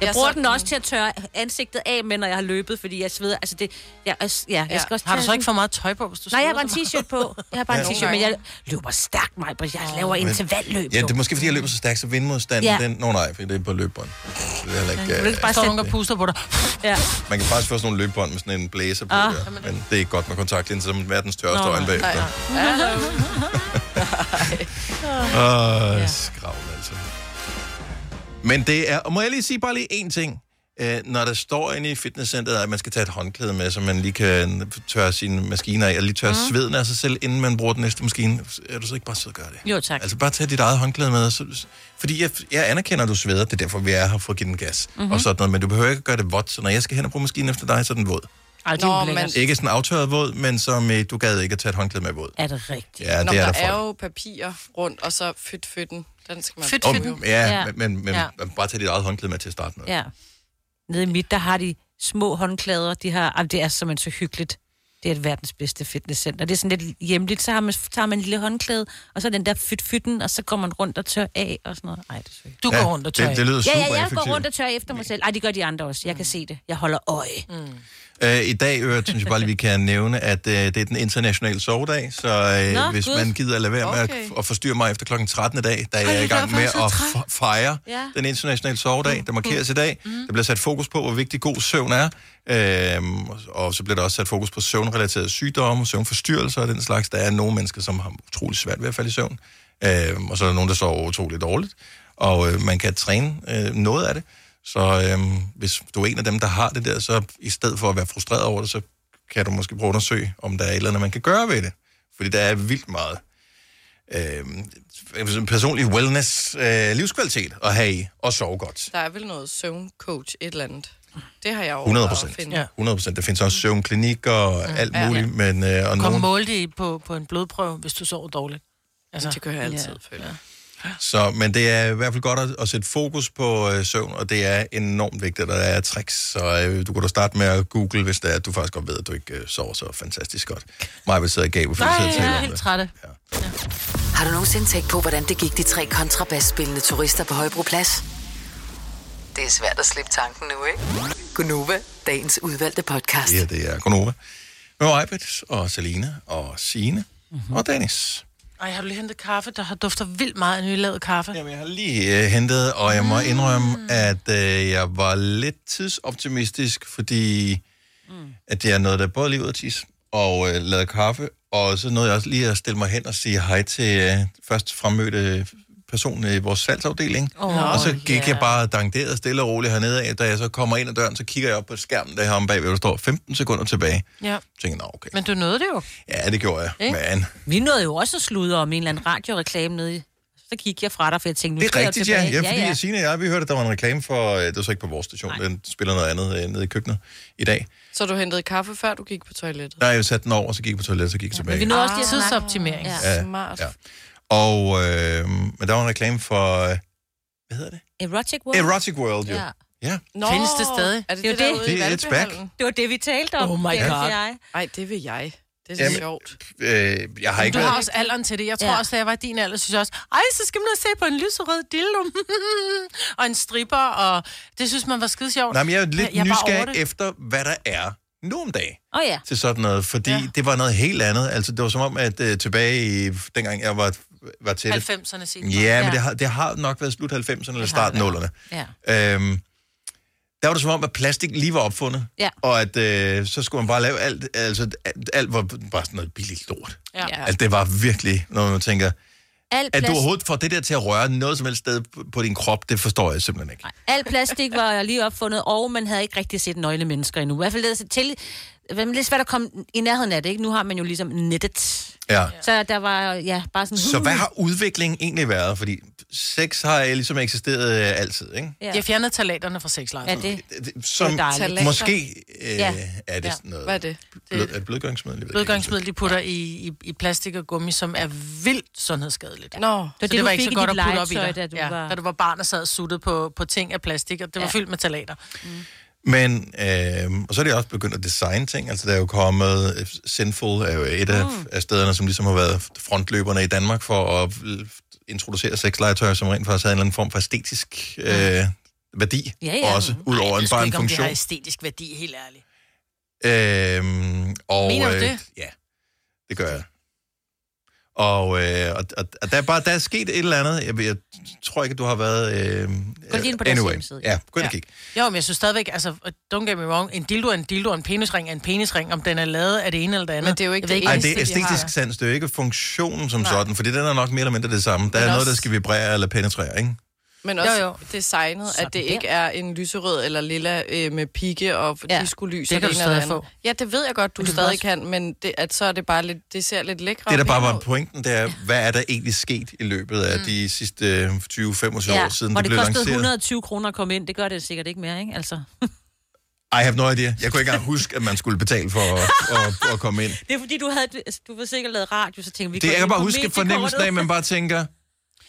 [SPEAKER 6] Jeg,
[SPEAKER 3] Jeg
[SPEAKER 6] jeg bruger
[SPEAKER 3] så-
[SPEAKER 6] den også til at tørre ansigtet af med, når jeg har løbet, fordi jeg sveder. Altså det, jeg, jeg, ja, jeg skal også
[SPEAKER 2] Har du
[SPEAKER 6] tage
[SPEAKER 2] så
[SPEAKER 6] sådan-
[SPEAKER 2] ikke for meget tøj på, hvis du
[SPEAKER 6] Nej, jeg har bare
[SPEAKER 2] sveder
[SPEAKER 6] en
[SPEAKER 2] så
[SPEAKER 6] t-shirt på. Jeg har bare en
[SPEAKER 1] Ja.
[SPEAKER 6] t-shirt, men jeg løber stærkt, mig. Jeg laver
[SPEAKER 1] Men-
[SPEAKER 6] intervalløb.
[SPEAKER 1] Ja,
[SPEAKER 6] jo.
[SPEAKER 1] det er måske, fordi jeg løber så stærkt, så vindmodstanden,
[SPEAKER 6] Ja.
[SPEAKER 1] ja. den... Nå nej, for det er på løbebånd. Det er heller ikke,
[SPEAKER 2] meget? Vil du ikke
[SPEAKER 1] øh,
[SPEAKER 2] bare sætte nogen, der puster på dig?
[SPEAKER 6] ja.
[SPEAKER 1] Man kan faktisk få sådan nogle løbebånd med sådan en blæser på,
[SPEAKER 2] Ah.
[SPEAKER 1] ah, der. men det er ikke godt med kontaktlinser, som verdens største øjne bagefter.
[SPEAKER 3] Øh.
[SPEAKER 1] Åh, ja. skravl altså. Men det er, og må jeg lige sige bare lige én ting. Øh, når der står inde i fitnesscenteret, at man skal tage et håndklæde med, så man lige kan tørre sine maskiner af, eller lige tørre
[SPEAKER 6] Mhm.
[SPEAKER 1] mm. sveden af sig selv, inden man bruger den næste maskine, er du så ikke bare så gør det?
[SPEAKER 6] Jo, tak.
[SPEAKER 1] Altså bare tag dit eget håndklæde med. Så, fordi jeg, jeg anerkender, at du sveder, det er derfor, vi er her for at give den gas.
[SPEAKER 6] Mhm.
[SPEAKER 1] Mm-hmm. Og sådan noget, men du behøver ikke at gøre det vådt, så når jeg skal hen og bruge maskinen efter dig, så er den våd.
[SPEAKER 6] Ej, det er ulækkert.
[SPEAKER 1] Men... Ikke sådan aftørret våd, men som øh, du gad ikke at tage et håndklæde med våd.
[SPEAKER 6] Er det rigtigt?
[SPEAKER 1] Ja,
[SPEAKER 3] Nå,
[SPEAKER 1] det er
[SPEAKER 3] der,
[SPEAKER 1] der
[SPEAKER 3] er
[SPEAKER 1] folk.
[SPEAKER 3] jo papirer rundt, og så fyt fytten. Den skal man
[SPEAKER 1] Åh,
[SPEAKER 3] bruge jo.
[SPEAKER 1] ja, ja, men, men ja. bare tag dit eget håndklæde med til at starte med.
[SPEAKER 6] Ja. Nede i mit, der har de små håndklæder. De har, Jamen, det er simpelthen så hyggeligt. Det er et verdens bedste fitnesscenter. Det er sådan lidt hjemligt. Så har man, tager man en lille håndklæde, og så den der fyt-fytten, og så går man rundt og tør af og sådan noget. Ej, det er sødt.
[SPEAKER 2] Du går Ja, rundt og tør det- af. det lyder
[SPEAKER 6] Ja, ja,
[SPEAKER 1] super
[SPEAKER 6] jeg går
[SPEAKER 1] effektivt.
[SPEAKER 6] rundt og tør efter mig selv. Ej, det gør de andre også. Jeg kan se det. Jeg holder øje. Mm.
[SPEAKER 1] Øh, I dag, øvrigt, synes jeg bare lige, vi kan nævne, at øh, det er den internationale sovedag, så øh,
[SPEAKER 6] Nå,
[SPEAKER 1] Nå, hvis
[SPEAKER 6] gud.
[SPEAKER 1] man gider at lade være med
[SPEAKER 6] Okay.
[SPEAKER 1] okay. at, at forstyrre mig efter klokken 13 i dag, da
[SPEAKER 6] Ej,
[SPEAKER 1] jeg er i
[SPEAKER 6] det gør
[SPEAKER 1] gang med
[SPEAKER 6] faktisk så
[SPEAKER 1] at f- fejre
[SPEAKER 6] Ja.
[SPEAKER 1] den internationale sovedag, der markeres i dag. Der bliver sat fokus på, hvor vigtig god søvn er, øhm, og- og så bliver der også sat fokus på søvnrelaterede sygdomme, søvnforstyrrelser og den slags. Der er nogle mennesker, som har utrolig svært ved at falde i søvn, øhm, og så er der nogen, der sover utroligt dårligt, og øh, man kan træne øh, noget af det. Så øhm, hvis du er en af dem, der har det der, så i stedet for at være frustreret over det, så kan du måske prøve at undersøge, om der er et eller andet, man kan gøre ved det. Fordi der er vildt meget øh, personlig wellness, øh, livskvalitet at have i, og sove godt.
[SPEAKER 3] Der er vel noget søvncoach, et eller andet. Det har jeg overvejet
[SPEAKER 1] 100
[SPEAKER 3] at
[SPEAKER 1] procent.
[SPEAKER 3] finde.
[SPEAKER 1] 100 procent. Der findes også søvnklinikker og alt
[SPEAKER 2] Mm. Ja.
[SPEAKER 1] muligt, men øh,
[SPEAKER 2] Kom
[SPEAKER 1] og nogen,
[SPEAKER 2] mål det på, på en blodprøve, hvis du sover dårligt. Altså, det gør jeg altid, ja. føler jeg.
[SPEAKER 1] så, men det er i hvert fald godt at, at sætte fokus på øh, søvn, og det er enormt vigtigt, at der er tricks. Så øh, du kan da starte med at google, hvis det er, at du faktisk godt ved, at du ikke øh, sover så fantastisk godt. Mig vil sidde og gabe, for
[SPEAKER 12] Nej,
[SPEAKER 1] vi sidder
[SPEAKER 12] jeg er
[SPEAKER 1] og taler om
[SPEAKER 12] helt
[SPEAKER 1] det.
[SPEAKER 2] Trætte.
[SPEAKER 4] Har du nogensinde tænkt på, hvordan det gik de tre kontrabasspillende turister på Højbroplads? Det er svært at slippe tanken nu, ikke? Gunova, dagens udvalgte podcast.
[SPEAKER 1] Ja, det er Gunova. Med Ejbet og Selina og Sine mm-hmm. og Dennis.
[SPEAKER 2] Ej, har du lige hentet kaffe? Der har dufter vildt meget af nylavet kaffe.
[SPEAKER 1] Jamen, jeg har lige øh, hentet, og jeg må indrømme, at øh, jeg var lidt tidsoptimistisk, fordi mm. at det er noget, der både lige ud at tisse og øh, lavede kaffe, og så nåede jeg også lige at stille mig hen og sige hej til øh, først fremmødte person i vores salgsafdeling.
[SPEAKER 2] Åh,
[SPEAKER 1] og så gik
[SPEAKER 2] ja.
[SPEAKER 1] jeg bare dankeret stille og roligt hernede af. Da jeg så kommer ind ad døren, så kigger jeg op på skærmen der her om bagved, hvor der står 15 sekunder tilbage.
[SPEAKER 2] Ja.
[SPEAKER 1] Jeg tænker, nå okay.
[SPEAKER 2] Men du nåede det jo.
[SPEAKER 1] Ja, det gjorde jeg.
[SPEAKER 6] Ikke?
[SPEAKER 1] Men
[SPEAKER 6] Vi nåede jo også at sludre om en eller anden radioreklame nede i. Så gik jeg fra dig, for jeg tænkte, nu
[SPEAKER 1] Det
[SPEAKER 6] skal
[SPEAKER 1] er
[SPEAKER 6] jeg
[SPEAKER 1] rigtigt,
[SPEAKER 6] jo
[SPEAKER 1] ja.
[SPEAKER 6] tilbage.
[SPEAKER 1] ja. Fordi ja, Signe og jeg, vi hørte, at der var en reklame for, øh, det var så ikke på vores station, Nej. den spiller noget andet øh, nede i køkkenet i dag.
[SPEAKER 3] Så du hentede kaffe, før du gik på toilettet?
[SPEAKER 1] Der er jeg satte den over, så gik jeg på toilettet, så gik jeg tilbage.
[SPEAKER 2] Men vi nåede også lige at snakke. Tidsoptimering.
[SPEAKER 3] Ah. Ja.
[SPEAKER 1] Ja,
[SPEAKER 3] Smart.
[SPEAKER 1] ja. Og øh, men der var en reklame for øh,
[SPEAKER 6] Erotic World.
[SPEAKER 1] Erotic World, jo.
[SPEAKER 6] Ja.
[SPEAKER 1] Ja. ja.
[SPEAKER 3] Nå,
[SPEAKER 6] Findes det stadig?
[SPEAKER 3] Er det
[SPEAKER 6] Det er
[SPEAKER 3] det, det,
[SPEAKER 6] jo
[SPEAKER 3] der
[SPEAKER 6] det.
[SPEAKER 3] ude i
[SPEAKER 1] Det er it's back.
[SPEAKER 3] Valbyhallen?
[SPEAKER 6] Det var det, vi talte om.
[SPEAKER 2] Oh my
[SPEAKER 6] Det
[SPEAKER 1] God.
[SPEAKER 6] vil jeg.
[SPEAKER 3] Nej, det vil jeg. Det er
[SPEAKER 1] Jamen,
[SPEAKER 3] Jamen, sjovt.
[SPEAKER 1] Øh, jeg har
[SPEAKER 2] Men
[SPEAKER 1] ikke
[SPEAKER 2] du har
[SPEAKER 1] været...
[SPEAKER 2] også alderen til det. Jeg tror ja. også, da jeg var i din alder, synes jeg også, ej, så skal man også se på en lyserød dildo. (laughs) og en stripper, og det synes man var skide sjovt.
[SPEAKER 1] Nej, men jeg er lidt
[SPEAKER 2] var over
[SPEAKER 1] nysgerrig
[SPEAKER 2] det.
[SPEAKER 1] efter, hvad der er nu om dagen
[SPEAKER 6] Åh oh, ja.
[SPEAKER 1] til sådan noget, fordi ja. det var noget helt andet. Altså, det var som om, at øh, tilbage i, dengang jeg var, var til det-
[SPEAKER 2] 90'erne siden.
[SPEAKER 1] Ja, men det har, det har nok været slut 90'erne eller start 0'erne.
[SPEAKER 2] Ja.
[SPEAKER 1] Øhm, der var det som om, at plastik lige var opfundet,
[SPEAKER 2] Ja.
[SPEAKER 1] og at øh, så skulle man bare lave alt, altså alt- alt var bare sådan noget billigt lort.
[SPEAKER 6] Ja.
[SPEAKER 1] Ja. Altså det var virkelig, når man tænker,
[SPEAKER 6] Alt
[SPEAKER 1] at du
[SPEAKER 6] plast-
[SPEAKER 1] overhovedet får det der til at røre noget som helst sted på- på din krop, det forstår jeg simpelthen ikke.
[SPEAKER 6] Al plastik var lige opfundet, og man havde ikke rigtig set nøgle mennesker endnu. I hvert fald det er så til, men lidt svært at komme i nærheden af det, ikke? Nu har man jo ligesom nettet.
[SPEAKER 1] Ja.
[SPEAKER 6] Så der var, ja, bare sådan...
[SPEAKER 1] Så hvad har udviklingen egentlig været? Fordi sex har ligesom eksisteret øh, altid, ikke?
[SPEAKER 2] Ja. De har fjernet talaterne fra sexlejren.
[SPEAKER 6] Ja, det.
[SPEAKER 1] Som
[SPEAKER 2] Det er dejligt.
[SPEAKER 1] måske øh,
[SPEAKER 2] Ja.
[SPEAKER 1] er det
[SPEAKER 2] Ja.
[SPEAKER 1] sådan noget...
[SPEAKER 2] Hvad er det?
[SPEAKER 1] Blød,
[SPEAKER 2] Det-
[SPEAKER 1] er det blødgangsmiddel? Jeg ved det ikke.
[SPEAKER 2] Blødgangsmiddel, de putter i, i, i plastik og gummi, som er vildt sundhedsskadeligt.
[SPEAKER 3] Nå,
[SPEAKER 2] så det,
[SPEAKER 6] det,
[SPEAKER 2] det
[SPEAKER 6] du
[SPEAKER 2] var ikke
[SPEAKER 6] fik
[SPEAKER 2] så
[SPEAKER 6] i
[SPEAKER 2] godt at
[SPEAKER 6] dit
[SPEAKER 2] putte op i
[SPEAKER 6] legetøj,
[SPEAKER 2] dig,
[SPEAKER 6] da du
[SPEAKER 2] ja,
[SPEAKER 6] var-
[SPEAKER 2] da du var barn og sad og suttede på, på ting af plastik, og det var
[SPEAKER 6] Ja.
[SPEAKER 2] ja. fyldt med talater. Mm.
[SPEAKER 1] Men, øh, og så er det også begyndt at designe ting. Altså, der er jo kommet, øh, Sinful er jo et af, mm. af stederne, som ligesom har været frontløberne i Danmark for at l- introducere sexlegetøj, som rent faktisk havde en eller anden form for æstetisk øh, værdi. Også, ud over en, bare en
[SPEAKER 2] om det
[SPEAKER 1] funktion.
[SPEAKER 2] har æstetisk værdi, helt ærligt.
[SPEAKER 1] Øhm, og,
[SPEAKER 2] Mener du
[SPEAKER 1] øh,
[SPEAKER 2] det?
[SPEAKER 1] Ja, det gør jeg. Og, øh, og, og, og der, er bare, der er sket et eller andet. Jeg, ved- jeg tror ikke, at du har været... Øh,
[SPEAKER 2] Gå lige ind på deres
[SPEAKER 1] anyway.
[SPEAKER 2] hjemmeside, ja.
[SPEAKER 1] Ja, gå ind og kig.
[SPEAKER 2] Jo, men jeg synes stadigvæk, altså, don't get me wrong, en dildo er en dildo, og en penisring er en penisring, om den er lavet af det ene eller det andet. Men det er jo ikke
[SPEAKER 1] Ej, det er æstetisk sans, det er jo ikke funktionen som Nej.
[SPEAKER 2] Nej.
[SPEAKER 1] sådan, for den er nok mere eller mindre det samme. Der er
[SPEAKER 3] Men
[SPEAKER 1] noget,
[SPEAKER 3] også-
[SPEAKER 1] der skal vibrere eller penetrere, ikke?
[SPEAKER 3] Men også
[SPEAKER 2] Jo,
[SPEAKER 3] jo,
[SPEAKER 2] jo.
[SPEAKER 3] jo. designet,
[SPEAKER 2] Sådan
[SPEAKER 3] at det
[SPEAKER 2] der.
[SPEAKER 3] ikke er en lyserød eller lilla øh, med pigge og ja, diskolys.
[SPEAKER 2] det
[SPEAKER 3] og
[SPEAKER 2] kan du
[SPEAKER 3] ene og det
[SPEAKER 2] stadig
[SPEAKER 3] andet.
[SPEAKER 2] få.
[SPEAKER 3] Ja, det ved jeg godt, du
[SPEAKER 2] Men du kan
[SPEAKER 3] stadig
[SPEAKER 2] også-
[SPEAKER 3] kan, men det, at så er det bare lidt, det ser lidt lækre
[SPEAKER 1] Det, der bare var pointen, det er, hvad er der egentlig sket i løbet af
[SPEAKER 6] Mm.
[SPEAKER 1] de sidste øh, 20-25 år siden,
[SPEAKER 6] og
[SPEAKER 1] det
[SPEAKER 6] det
[SPEAKER 1] blev
[SPEAKER 6] kostede
[SPEAKER 1] lanceret?
[SPEAKER 6] 120 kroner at komme ind. Det gør det sikkert ikke mere, ikke? Altså.
[SPEAKER 1] I have no idea. Jeg kunne ikke engang huske, at man skulle betale for at, at, at komme ind.
[SPEAKER 6] Det er fordi, du, havde, du var sikkert lavet radio, så tænkte vi...
[SPEAKER 1] Det,
[SPEAKER 6] går
[SPEAKER 1] jeg kan
[SPEAKER 6] ind
[SPEAKER 1] bare
[SPEAKER 6] på
[SPEAKER 1] huske
[SPEAKER 6] mediekortet.
[SPEAKER 1] fornemmelsen af, at man bare tænker,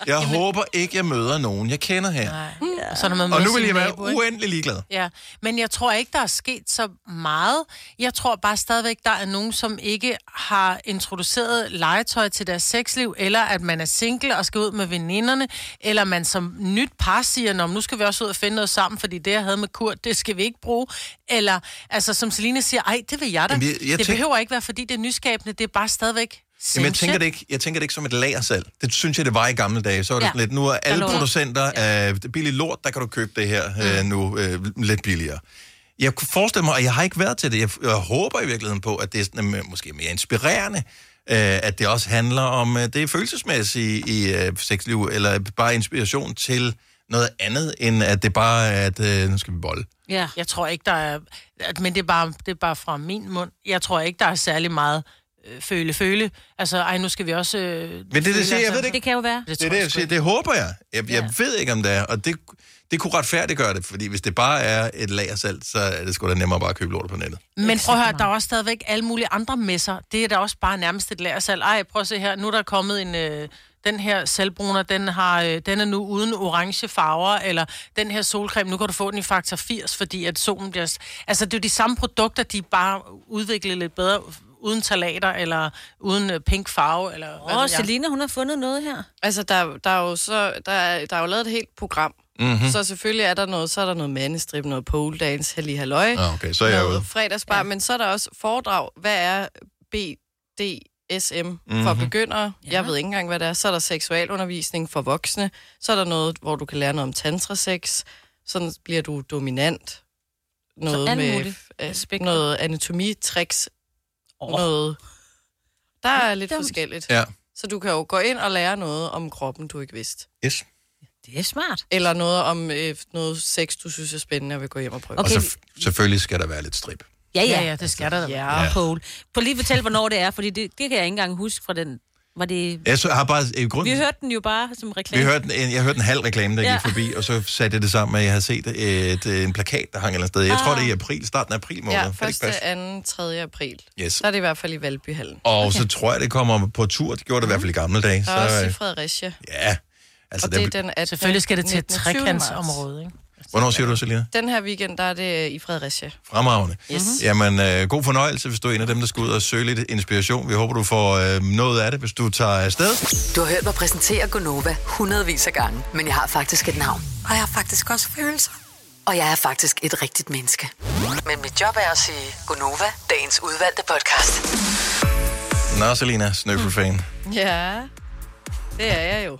[SPEAKER 6] (laughs)
[SPEAKER 1] jeg håber ikke, jeg møder nogen, jeg kender her.
[SPEAKER 2] Ja. Så når man
[SPEAKER 1] Og
[SPEAKER 2] møder
[SPEAKER 1] nu vil
[SPEAKER 2] sin
[SPEAKER 1] jeg være
[SPEAKER 2] nabo, ikke?
[SPEAKER 1] uendelig ligeglad.
[SPEAKER 2] Ja, men jeg tror ikke, der er sket så meget. Jeg tror bare stadigvæk, der er nogen, som ikke har introduceret legetøj til deres sexliv, eller at man er single og skal ud med veninderne, eller man som nyt par siger, Nå, men nu skal vi også ud og finde noget sammen, fordi det, jeg havde med Kurt, det skal vi ikke bruge. Eller, altså som Selina siger, ej, det vil jeg da.
[SPEAKER 1] Jamen, jeg-
[SPEAKER 2] jeg,
[SPEAKER 1] jeg
[SPEAKER 2] jeg det
[SPEAKER 1] tænker-
[SPEAKER 2] behøver ikke være, fordi det er nyskabende, det er bare stadigvæk
[SPEAKER 1] Jamen, jeg
[SPEAKER 2] same
[SPEAKER 1] tænker,
[SPEAKER 2] shit.
[SPEAKER 1] det ikke, jeg tænker det ikke som et lagersalg. Det synes jeg, det var i gamle dage. Så var det
[SPEAKER 2] Ja.
[SPEAKER 1] ja. sådan lidt, nu er
[SPEAKER 2] Der
[SPEAKER 1] alle
[SPEAKER 2] lå det.
[SPEAKER 1] producenter af billig lort, der kan du købe det her øh, nu øh, lidt billigere. Jeg kunne forestille mig, og jeg har ikke været til det, jeg, jeg håber i virkeligheden på, at det er sådan, øh, måske mere inspirerende, øh, at det også handler om øh, det følelsesmæssige i øh, sexliv, eller bare inspiration til noget andet, end at det bare er, at øh, nu skal vi bolle.
[SPEAKER 2] Ja. Jeg tror ikke, der er... at- Men det er, bare, det er bare fra min mund. Jeg tror ikke, der er særlig meget øh, føle, føle. Altså, ej, nu skal vi også... Øh, men
[SPEAKER 1] det, jeg siger, jeg ved det ikke.
[SPEAKER 6] Det kan jo være.
[SPEAKER 1] Det, det, er det, jeg siger. det håber jeg. Jeg, jeg ved ikke, om det er, og det, det kunne retfærdiggøre det, fordi hvis det bare er et lager salt, så er det sgu da nemmere bare at købe lort på nettet.
[SPEAKER 2] Men prøv at høre, der er også stadigvæk alle mulige andre messer. Det er da også bare nærmest et lagersalg. Ej, prøv at se her. Nu er der kommet en... Øh, den her selvbruner, den, har, øh, den er nu uden orange farver, eller den her solcreme, nu kan du få den i faktor 80, fordi at solen bliver... s- Altså, det er jo de samme produkter, de er bare udviklet lidt bedre, uden talater, eller uden øh, pink farve, eller hvad ved
[SPEAKER 6] Åh,
[SPEAKER 2] jeg.
[SPEAKER 6] Selina, hun har fundet noget her.
[SPEAKER 3] Altså, der, der er jo så, der, er- der er jo lavet et helt program.
[SPEAKER 1] Mhm.
[SPEAKER 3] Mm-hmm. Så selvfølgelig er der noget, så er der noget mandestrip, noget pole dance, halli halløj.
[SPEAKER 1] Ah, okay, så er jeg
[SPEAKER 3] noget
[SPEAKER 1] ude.
[SPEAKER 3] fredagsbar, ja. men så er der også foredrag. Hvad er BDSM mm-hmm. for
[SPEAKER 1] Mhm.
[SPEAKER 3] begyndere? Ja. Jeg ved ikke engang, hvad det er. Så er der seksualundervisning for voksne. Så er der noget, hvor du kan lære noget om tantrasex. Sådan bliver du dominant. Noget
[SPEAKER 6] alt
[SPEAKER 3] med
[SPEAKER 6] muligt.
[SPEAKER 3] øh, noget anatomitricks. Oh. Noget. Der er lidt
[SPEAKER 6] Dumt.
[SPEAKER 3] forskelligt.
[SPEAKER 1] Ja.
[SPEAKER 3] Så du kan jo gå ind og lære noget om kroppen, du ikke vidste.
[SPEAKER 1] Yes.
[SPEAKER 6] Det er smart.
[SPEAKER 3] Eller noget om øh, noget sex, du synes er spændende, og vil gå hjem og prøve.
[SPEAKER 1] Okay. Og så, selvfølgelig skal der være lidt strip.
[SPEAKER 6] Ja, ja.
[SPEAKER 3] Ja, ja,
[SPEAKER 2] det skal der da.
[SPEAKER 6] Ja.
[SPEAKER 1] Ja.
[SPEAKER 6] Pole. Prøv lige at fortælle, hvornår det er, fordi det, det kan jeg ikke engang huske fra den... Var det...
[SPEAKER 1] Jeg så, har bare i grund,
[SPEAKER 6] Vi hørte den jo bare som reklame.
[SPEAKER 1] vi hørte en, jeg hørte en halv reklame, der gik
[SPEAKER 6] Ja.
[SPEAKER 1] forbi, og så satte jeg det sammen med, at jeg havde set et, øh, en plakat, der hang et eller andet sted. Jeg tror,
[SPEAKER 3] Ah.
[SPEAKER 1] det er i april, starten af april måned.
[SPEAKER 3] Ja,
[SPEAKER 1] Kan det ikke passe?
[SPEAKER 3] 1., 2., 3. april.
[SPEAKER 1] Yes.
[SPEAKER 3] Så er det i hvert fald i Valbyhallen.
[SPEAKER 1] Og okay. så tror jeg, det kommer på tur. Det gjorde det i hvert fald i gamle dage.
[SPEAKER 3] Der er Mhm. også i
[SPEAKER 1] øh,
[SPEAKER 3] Fredericia.
[SPEAKER 1] ja. Altså,
[SPEAKER 3] og det er
[SPEAKER 1] der,
[SPEAKER 3] den 18.
[SPEAKER 2] Selvfølgelig skal det til et
[SPEAKER 3] 19., 20.
[SPEAKER 2] trekantsområde, ikke?
[SPEAKER 1] hvornår siger du, Selina?
[SPEAKER 3] Den her weekend, der er det øh, i Fredericia.
[SPEAKER 1] Fremragende.
[SPEAKER 3] Yes.
[SPEAKER 1] Jamen, øh, god fornøjelse, hvis du er en af dem, der skal ud og søge lidt inspiration. Vi håber, du får øh, noget af det, hvis du tager afsted.
[SPEAKER 4] Du har hørt mig præsentere Gonova hundredvis af gange, men jeg har faktisk et navn. Og jeg har faktisk også følelser. Og jeg er faktisk et rigtigt menneske. Men mit job er at sige Gonova, dagens udvalgte podcast.
[SPEAKER 1] Nå, Selina, snøffelfan.
[SPEAKER 3] Ja, det er jeg jo.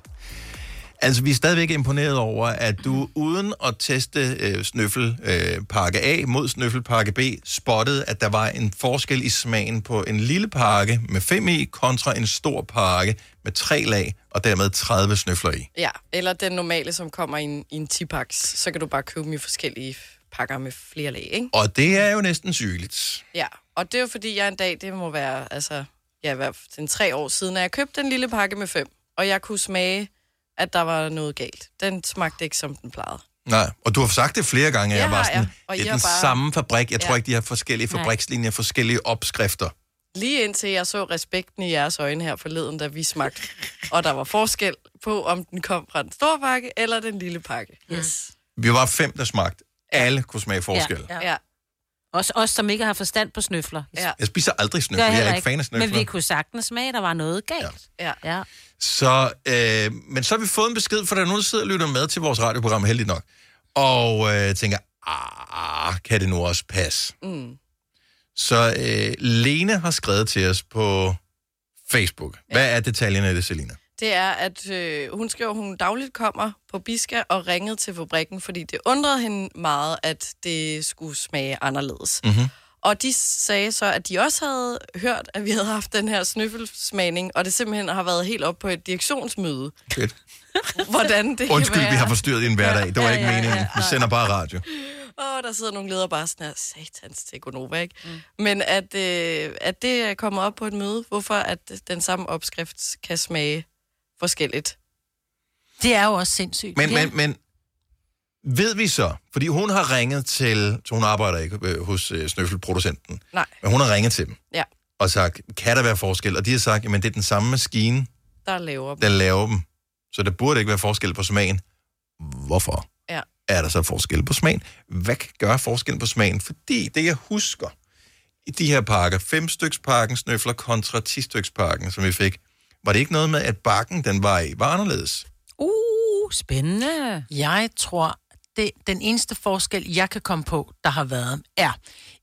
[SPEAKER 1] Altså, vi er stadigvæk imponeret over, at du uden at teste øh, snøffelpakke øh, pakke A mod snøffelpakke B, spottede, at der var en forskel i smagen på en lille pakke med 5 i kontra en stor pakke med 3 lag og dermed 30 snøfler i.
[SPEAKER 3] Ja, eller den normale, som kommer i en, i en 10-paks. Så kan du bare købe dem i forskellige pakker med flere lag, ikke?
[SPEAKER 1] Og det er jo næsten sygeligt.
[SPEAKER 3] Ja, og det er jo fordi, jeg en dag, det må være, altså, ja, hvad, den tre år siden, at jeg købte den lille pakke med fem, og jeg kunne smage, at der var noget galt. Den smagte ikke, som den plejede.
[SPEAKER 1] Nej, og du har sagt det flere gange, at
[SPEAKER 3] Ja,
[SPEAKER 1] jeg var sådan,
[SPEAKER 3] ja.
[SPEAKER 1] ja.
[SPEAKER 3] Og
[SPEAKER 1] det
[SPEAKER 3] I
[SPEAKER 1] er
[SPEAKER 3] har
[SPEAKER 1] den bare...
[SPEAKER 3] bare-
[SPEAKER 1] samme fabrik. Jeg ja. tror
[SPEAKER 3] Ja.
[SPEAKER 1] ikke, de har forskellige
[SPEAKER 3] Nej.
[SPEAKER 1] fabrikslinjer, forskellige opskrifter.
[SPEAKER 3] Lige indtil jeg så respekten i jeres øjne her forleden, da vi smagte, og der var forskel på, om den kom fra den store pakke eller den lille pakke. Yes.
[SPEAKER 1] Vi var fem, der smagte. Alle kunne smage forskel. Ja.
[SPEAKER 3] Ja. ja.
[SPEAKER 6] Også os, som ikke har forstand på snøfler. Ja.
[SPEAKER 1] Jeg spiser aldrig
[SPEAKER 6] Gør
[SPEAKER 1] snøfler. Jeg,
[SPEAKER 6] heller
[SPEAKER 1] er ikke fan af snøfler.
[SPEAKER 6] Men vi kunne sagtens smage, der var noget galt.
[SPEAKER 3] Ja.
[SPEAKER 6] ja.
[SPEAKER 1] Så, øh, men så har vi fået en besked, for der er nogen, der sidder og lytter med til vores radioprogram, heldigt nok, og øh, tænker, ah, kan det nu også passe?
[SPEAKER 3] Mm.
[SPEAKER 1] Så øh, Lene har skrevet til os på Facebook. Hvad er detaljerne i det, Selina?
[SPEAKER 3] Det er, at øh, hun skriver, at hun dagligt kommer på Biska og ringede til fabrikken, fordi det undrede hende meget, at det skulle smage anderledes.
[SPEAKER 1] Mm-hmm.
[SPEAKER 3] Og de sagde så, at de også havde hørt, at vi havde haft den her snøffelsmagning, og det simpelthen har været helt op på et
[SPEAKER 1] (laughs)
[SPEAKER 3] direktionsmøde.
[SPEAKER 1] Fedt.
[SPEAKER 3] Hvordan det kan
[SPEAKER 1] Undskyld,
[SPEAKER 3] være.
[SPEAKER 1] vi har forstyrret din hverdag. Det var
[SPEAKER 3] Ja,
[SPEAKER 1] ikke
[SPEAKER 3] ja, ja,
[SPEAKER 1] meningen. Vi
[SPEAKER 3] nej.
[SPEAKER 1] sender bare radio.
[SPEAKER 3] (laughs) Åh, der sidder nogle ledere bare sådan her, satans til Gonova, ikke? Mm. Men at, øh, at det er kommet op på et møde, hvorfor at den samme opskrift kan smage forskelligt.
[SPEAKER 2] Det er jo også sindssygt.
[SPEAKER 1] Men, men, men ved vi så, fordi hun har ringet til, så hun arbejder ikke øh, hos øh, snøffelproducenten,
[SPEAKER 3] Nej.
[SPEAKER 1] men hun har ringet til dem
[SPEAKER 3] Ja,
[SPEAKER 1] og sagt, kan der være forskel? Og de har sagt, jamen det er den samme maskine,
[SPEAKER 3] der laver dem.
[SPEAKER 1] der laver dem. Så der burde ikke være forskel på smagen. Hvorfor
[SPEAKER 3] Ja.
[SPEAKER 1] er der så forskel på smagen? Hvad kan gøre forskel på smagen? Fordi det, jeg husker i de her pakker, 5 styks pakken snøfler kontra 10 styks pakken, som vi fik, var det ikke noget med, at bakken, den var i, var anderledes?
[SPEAKER 2] Uh, spændende. Jeg tror, det, den eneste forskel, jeg kan komme på, der har været, er,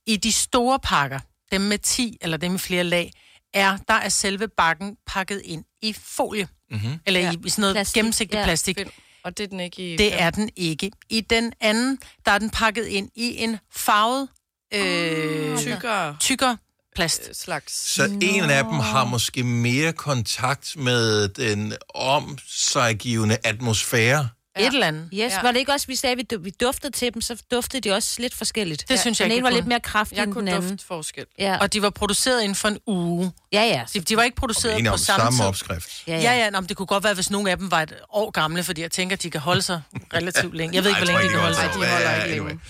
[SPEAKER 2] i de store pakker, dem med 10 eller dem med flere lag, er, der er selve bakken pakket ind i folie.
[SPEAKER 1] Mm-hmm.
[SPEAKER 2] Eller ja. i, i sådan noget plastik. gennemsigtig ja. plastik.
[SPEAKER 3] Og det er den ikke i...
[SPEAKER 2] Det er den ikke. I den anden, der er den pakket ind i en farvet, øh,
[SPEAKER 3] tykkere,
[SPEAKER 2] tykkere plast.
[SPEAKER 3] Slags.
[SPEAKER 1] Så Nå. en af dem har måske mere kontakt med den om sig givende atmosfære.
[SPEAKER 2] Et eller andet.
[SPEAKER 6] Yes,
[SPEAKER 2] Ja.
[SPEAKER 6] ja. var det ikke også, vi sagde, at vi, du- vi duftede til dem, så duftede de også lidt forskelligt.
[SPEAKER 2] Det synes jeg
[SPEAKER 6] den
[SPEAKER 2] ikke,
[SPEAKER 6] ene
[SPEAKER 2] vi
[SPEAKER 6] var lidt
[SPEAKER 2] kunne.
[SPEAKER 6] mere kraftig
[SPEAKER 2] Jeg
[SPEAKER 6] end
[SPEAKER 2] kunne
[SPEAKER 6] den anden.
[SPEAKER 2] dufte
[SPEAKER 3] forskel.
[SPEAKER 6] Ja.
[SPEAKER 2] Og de var produceret inden for en uge.
[SPEAKER 6] Ja, ja.
[SPEAKER 2] De, de var ikke produceret
[SPEAKER 1] En
[SPEAKER 2] på
[SPEAKER 1] om
[SPEAKER 2] samme,
[SPEAKER 1] samme
[SPEAKER 2] tid.
[SPEAKER 1] opskrift.
[SPEAKER 2] Ja, ja. ja, ja om det kunne godt være, hvis nogle af dem var et år gamle, fordi jeg tænker, de kan holde sig relativt længe. Jeg ved ikke, hvor
[SPEAKER 1] Nej,
[SPEAKER 2] længe de kan
[SPEAKER 1] jeg
[SPEAKER 2] holde
[SPEAKER 1] tror
[SPEAKER 2] sig. De
[SPEAKER 1] ikke, altså. de holder
[SPEAKER 2] holder
[SPEAKER 1] sig.
[SPEAKER 2] ikke
[SPEAKER 1] Anyway.
[SPEAKER 2] længe.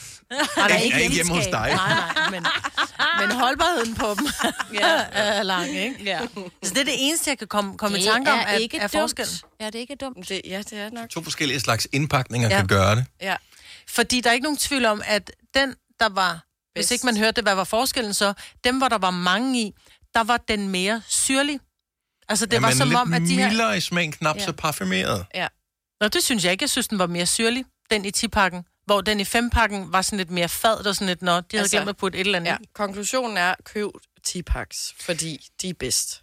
[SPEAKER 1] Jeg er ikke hjemme hos dig.
[SPEAKER 2] Nej, nej, men, men holdbarheden på dem ja. er lang, ikke? Ja. Så det er det eneste, jeg kan komme, komme i
[SPEAKER 6] Det
[SPEAKER 2] tanke om,
[SPEAKER 6] er
[SPEAKER 2] at,
[SPEAKER 6] ikke
[SPEAKER 2] er
[SPEAKER 6] dumt.
[SPEAKER 2] forskellen.
[SPEAKER 6] Ja, det er ikke dumt.
[SPEAKER 3] Det, ja, det er nok.
[SPEAKER 1] To forskellige slags indpakninger ja.
[SPEAKER 2] Ja.
[SPEAKER 1] kan gøre det.
[SPEAKER 3] Ja.
[SPEAKER 2] Fordi der er ikke nogen tvivl om, at den, der var... Hvis ikke man hørte, hvad var forskellen så? Dem, hvor der var mange i, der var den mere syrlig. Altså, det ja, var
[SPEAKER 1] men
[SPEAKER 2] som
[SPEAKER 1] lidt
[SPEAKER 2] om, at de her...
[SPEAKER 1] mildere i smagen, knap
[SPEAKER 2] Ja.
[SPEAKER 1] så parfumeret.
[SPEAKER 3] Ja.
[SPEAKER 2] Nå, det synes jeg ikke. Jeg synes, den var mere syrlig, den i 10-pakken. Hvor den i 5-pakken var sådan lidt mere fad, der sådan lidt, nå, de havde altså,
[SPEAKER 3] Altså,
[SPEAKER 2] glemt at putte et eller andet
[SPEAKER 3] Ja.
[SPEAKER 2] ja.
[SPEAKER 3] Konklusionen er, køb 10-paks, fordi de er bedst.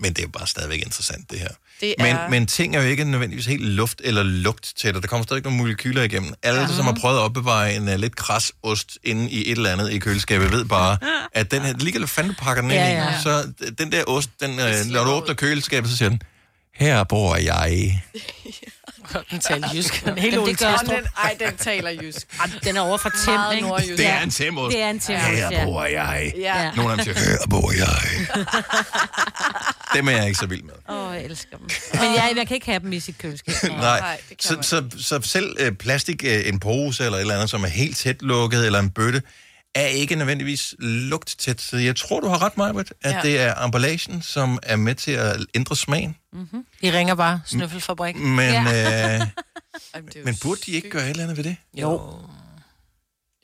[SPEAKER 1] Men det er jo bare stadigvæk interessant, det her.
[SPEAKER 3] Det
[SPEAKER 1] Men,
[SPEAKER 3] er...
[SPEAKER 1] men ting er jo ikke nødvendigvis helt luft eller lugt til det. Der kommer stadig nogle molekyler igennem. Alle, ja. som har prøvet at opbevare en uh, lidt kras ost inde i et eller andet i køleskabet, ved
[SPEAKER 2] (laughs)
[SPEAKER 1] bare, at den her, ligegyldigt hvad fanden du pakker den ind
[SPEAKER 2] Ja,
[SPEAKER 1] ja, ja.
[SPEAKER 2] ja.
[SPEAKER 1] i, så d- den der ost, den, uh, når du åbner køleskabet, så siger den, her bor jeg.
[SPEAKER 2] Den taler
[SPEAKER 4] (laughs)
[SPEAKER 2] jysk. Den er
[SPEAKER 6] Jamen,
[SPEAKER 2] helt
[SPEAKER 6] det gør
[SPEAKER 2] Ole
[SPEAKER 6] den.
[SPEAKER 2] Thestrup.
[SPEAKER 3] Ej, den taler jysk.
[SPEAKER 6] Den er over for Tim,
[SPEAKER 3] Meget
[SPEAKER 6] ikke?
[SPEAKER 3] nordjysk.
[SPEAKER 1] Det er en temost.
[SPEAKER 6] Det er en temost,
[SPEAKER 1] Her
[SPEAKER 6] ja.
[SPEAKER 1] bor jeg.
[SPEAKER 6] Ja.
[SPEAKER 1] Nogle af dem siger, her bor jeg. Dem er jeg ikke så vild med.
[SPEAKER 6] Åh, oh, jeg elsker dem. Men jeg, jeg kan ikke have dem i sit køleskab.
[SPEAKER 1] (laughs) Nej, så, så, så selv øh, plastik, øh, en pose eller et eller andet, som er helt tæt lukket, eller en bøtte, er ikke nødvendigvis lugttæt. Så jeg tror, du har ret, Majbert, at ja.
[SPEAKER 2] Ja.
[SPEAKER 1] det er emballagen, som er med til at ændre smagen.
[SPEAKER 2] Mm-hmm. I ringer bare snøffelfabrik.
[SPEAKER 1] Men, ja. øh,
[SPEAKER 3] Jamen, det er jo
[SPEAKER 1] men burde de ikke gøre et eller andet ved det?
[SPEAKER 2] Jo.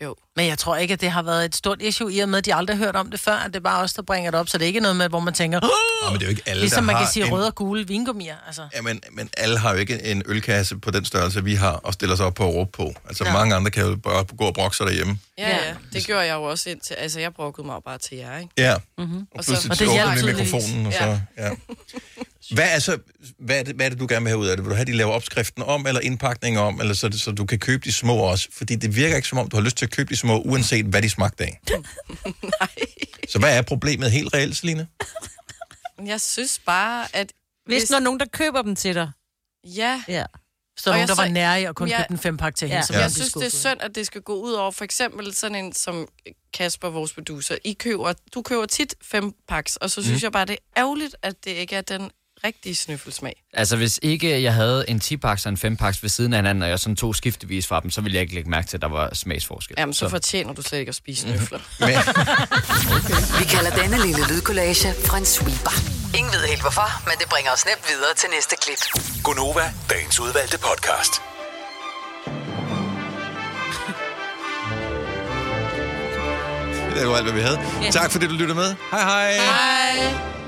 [SPEAKER 3] Jo.
[SPEAKER 2] Men jeg tror ikke, at det har været et stort issue, i og med, at de aldrig har hørt om det før, at det er bare os, der bringer det op, så det er ikke noget med, hvor man tænker,
[SPEAKER 1] Nå, men det er jo ikke alle,
[SPEAKER 2] ligesom
[SPEAKER 1] der
[SPEAKER 2] man kan
[SPEAKER 1] har
[SPEAKER 2] sige
[SPEAKER 1] en-
[SPEAKER 2] røde og gule vingummier. Altså.
[SPEAKER 1] Ja, men, men alle har jo ikke en ølkasse på den størrelse, vi har, og stiller sig op på og råbe på. Altså, ja. mange andre kan jo bare gå og brokke sig derhjemme.
[SPEAKER 3] Ja, ja, det gjorde jeg jo også indtil. Altså, jeg brokkede mig jo bare til jer, ikke?
[SPEAKER 1] Ja.
[SPEAKER 2] Mm-hmm.
[SPEAKER 3] Mhm.
[SPEAKER 1] Og pludselig og det åbner vi mikrofonen, og så... Ja. Hvad, er så, hvad, er det, hvad er det, du gerne vil have ud af det? Vil du have, de laver opskriften om, eller indpakningen om, eller så, så du kan købe de små også? Fordi det virker ikke, som om du har lyst til at købe de små, uanset hvad de smagte (laughs) af. Så hvad er problemet helt reelt, Selina?
[SPEAKER 3] Men Jeg synes bare, at...
[SPEAKER 6] Hvis der er nogen, der køber dem til dig.
[SPEAKER 3] Ja.
[SPEAKER 6] Ja.
[SPEAKER 2] Så nogen, der var nære i at kun købte en fempakke til hende, så ville
[SPEAKER 3] Jeg
[SPEAKER 2] hun blive
[SPEAKER 3] synes, det er
[SPEAKER 2] skuffet.
[SPEAKER 3] synd, at det skal gå ud over for eksempel sådan en som Kasper, vores producer. I køber, du køber tit fem paks, og så synes
[SPEAKER 20] Mm.
[SPEAKER 3] mm. jeg bare, det er ærgerligt, at det ikke er den rigtige snøffelsmag.
[SPEAKER 20] Altså, hvis ikke jeg havde en 10-paks og en 5-paks ved siden af hinanden, og jeg sådan tog skiftevis fra dem, så ville jeg ikke lægge mærke til, at der var smagsforskel.
[SPEAKER 3] Jamen, så fortjener du slet ikke at spise snøfler. (laughs)
[SPEAKER 4] Vi kalder denne lille lydkollage en sweeper. Ingen ved helt hvorfor, men det bringer os nemt videre til næste klip.
[SPEAKER 8] Gunova, dagens udvalgte podcast.
[SPEAKER 1] Det er jo alt, hvad vi havde. Tak fordi du lyttede med. Hej hej.
[SPEAKER 3] Hej.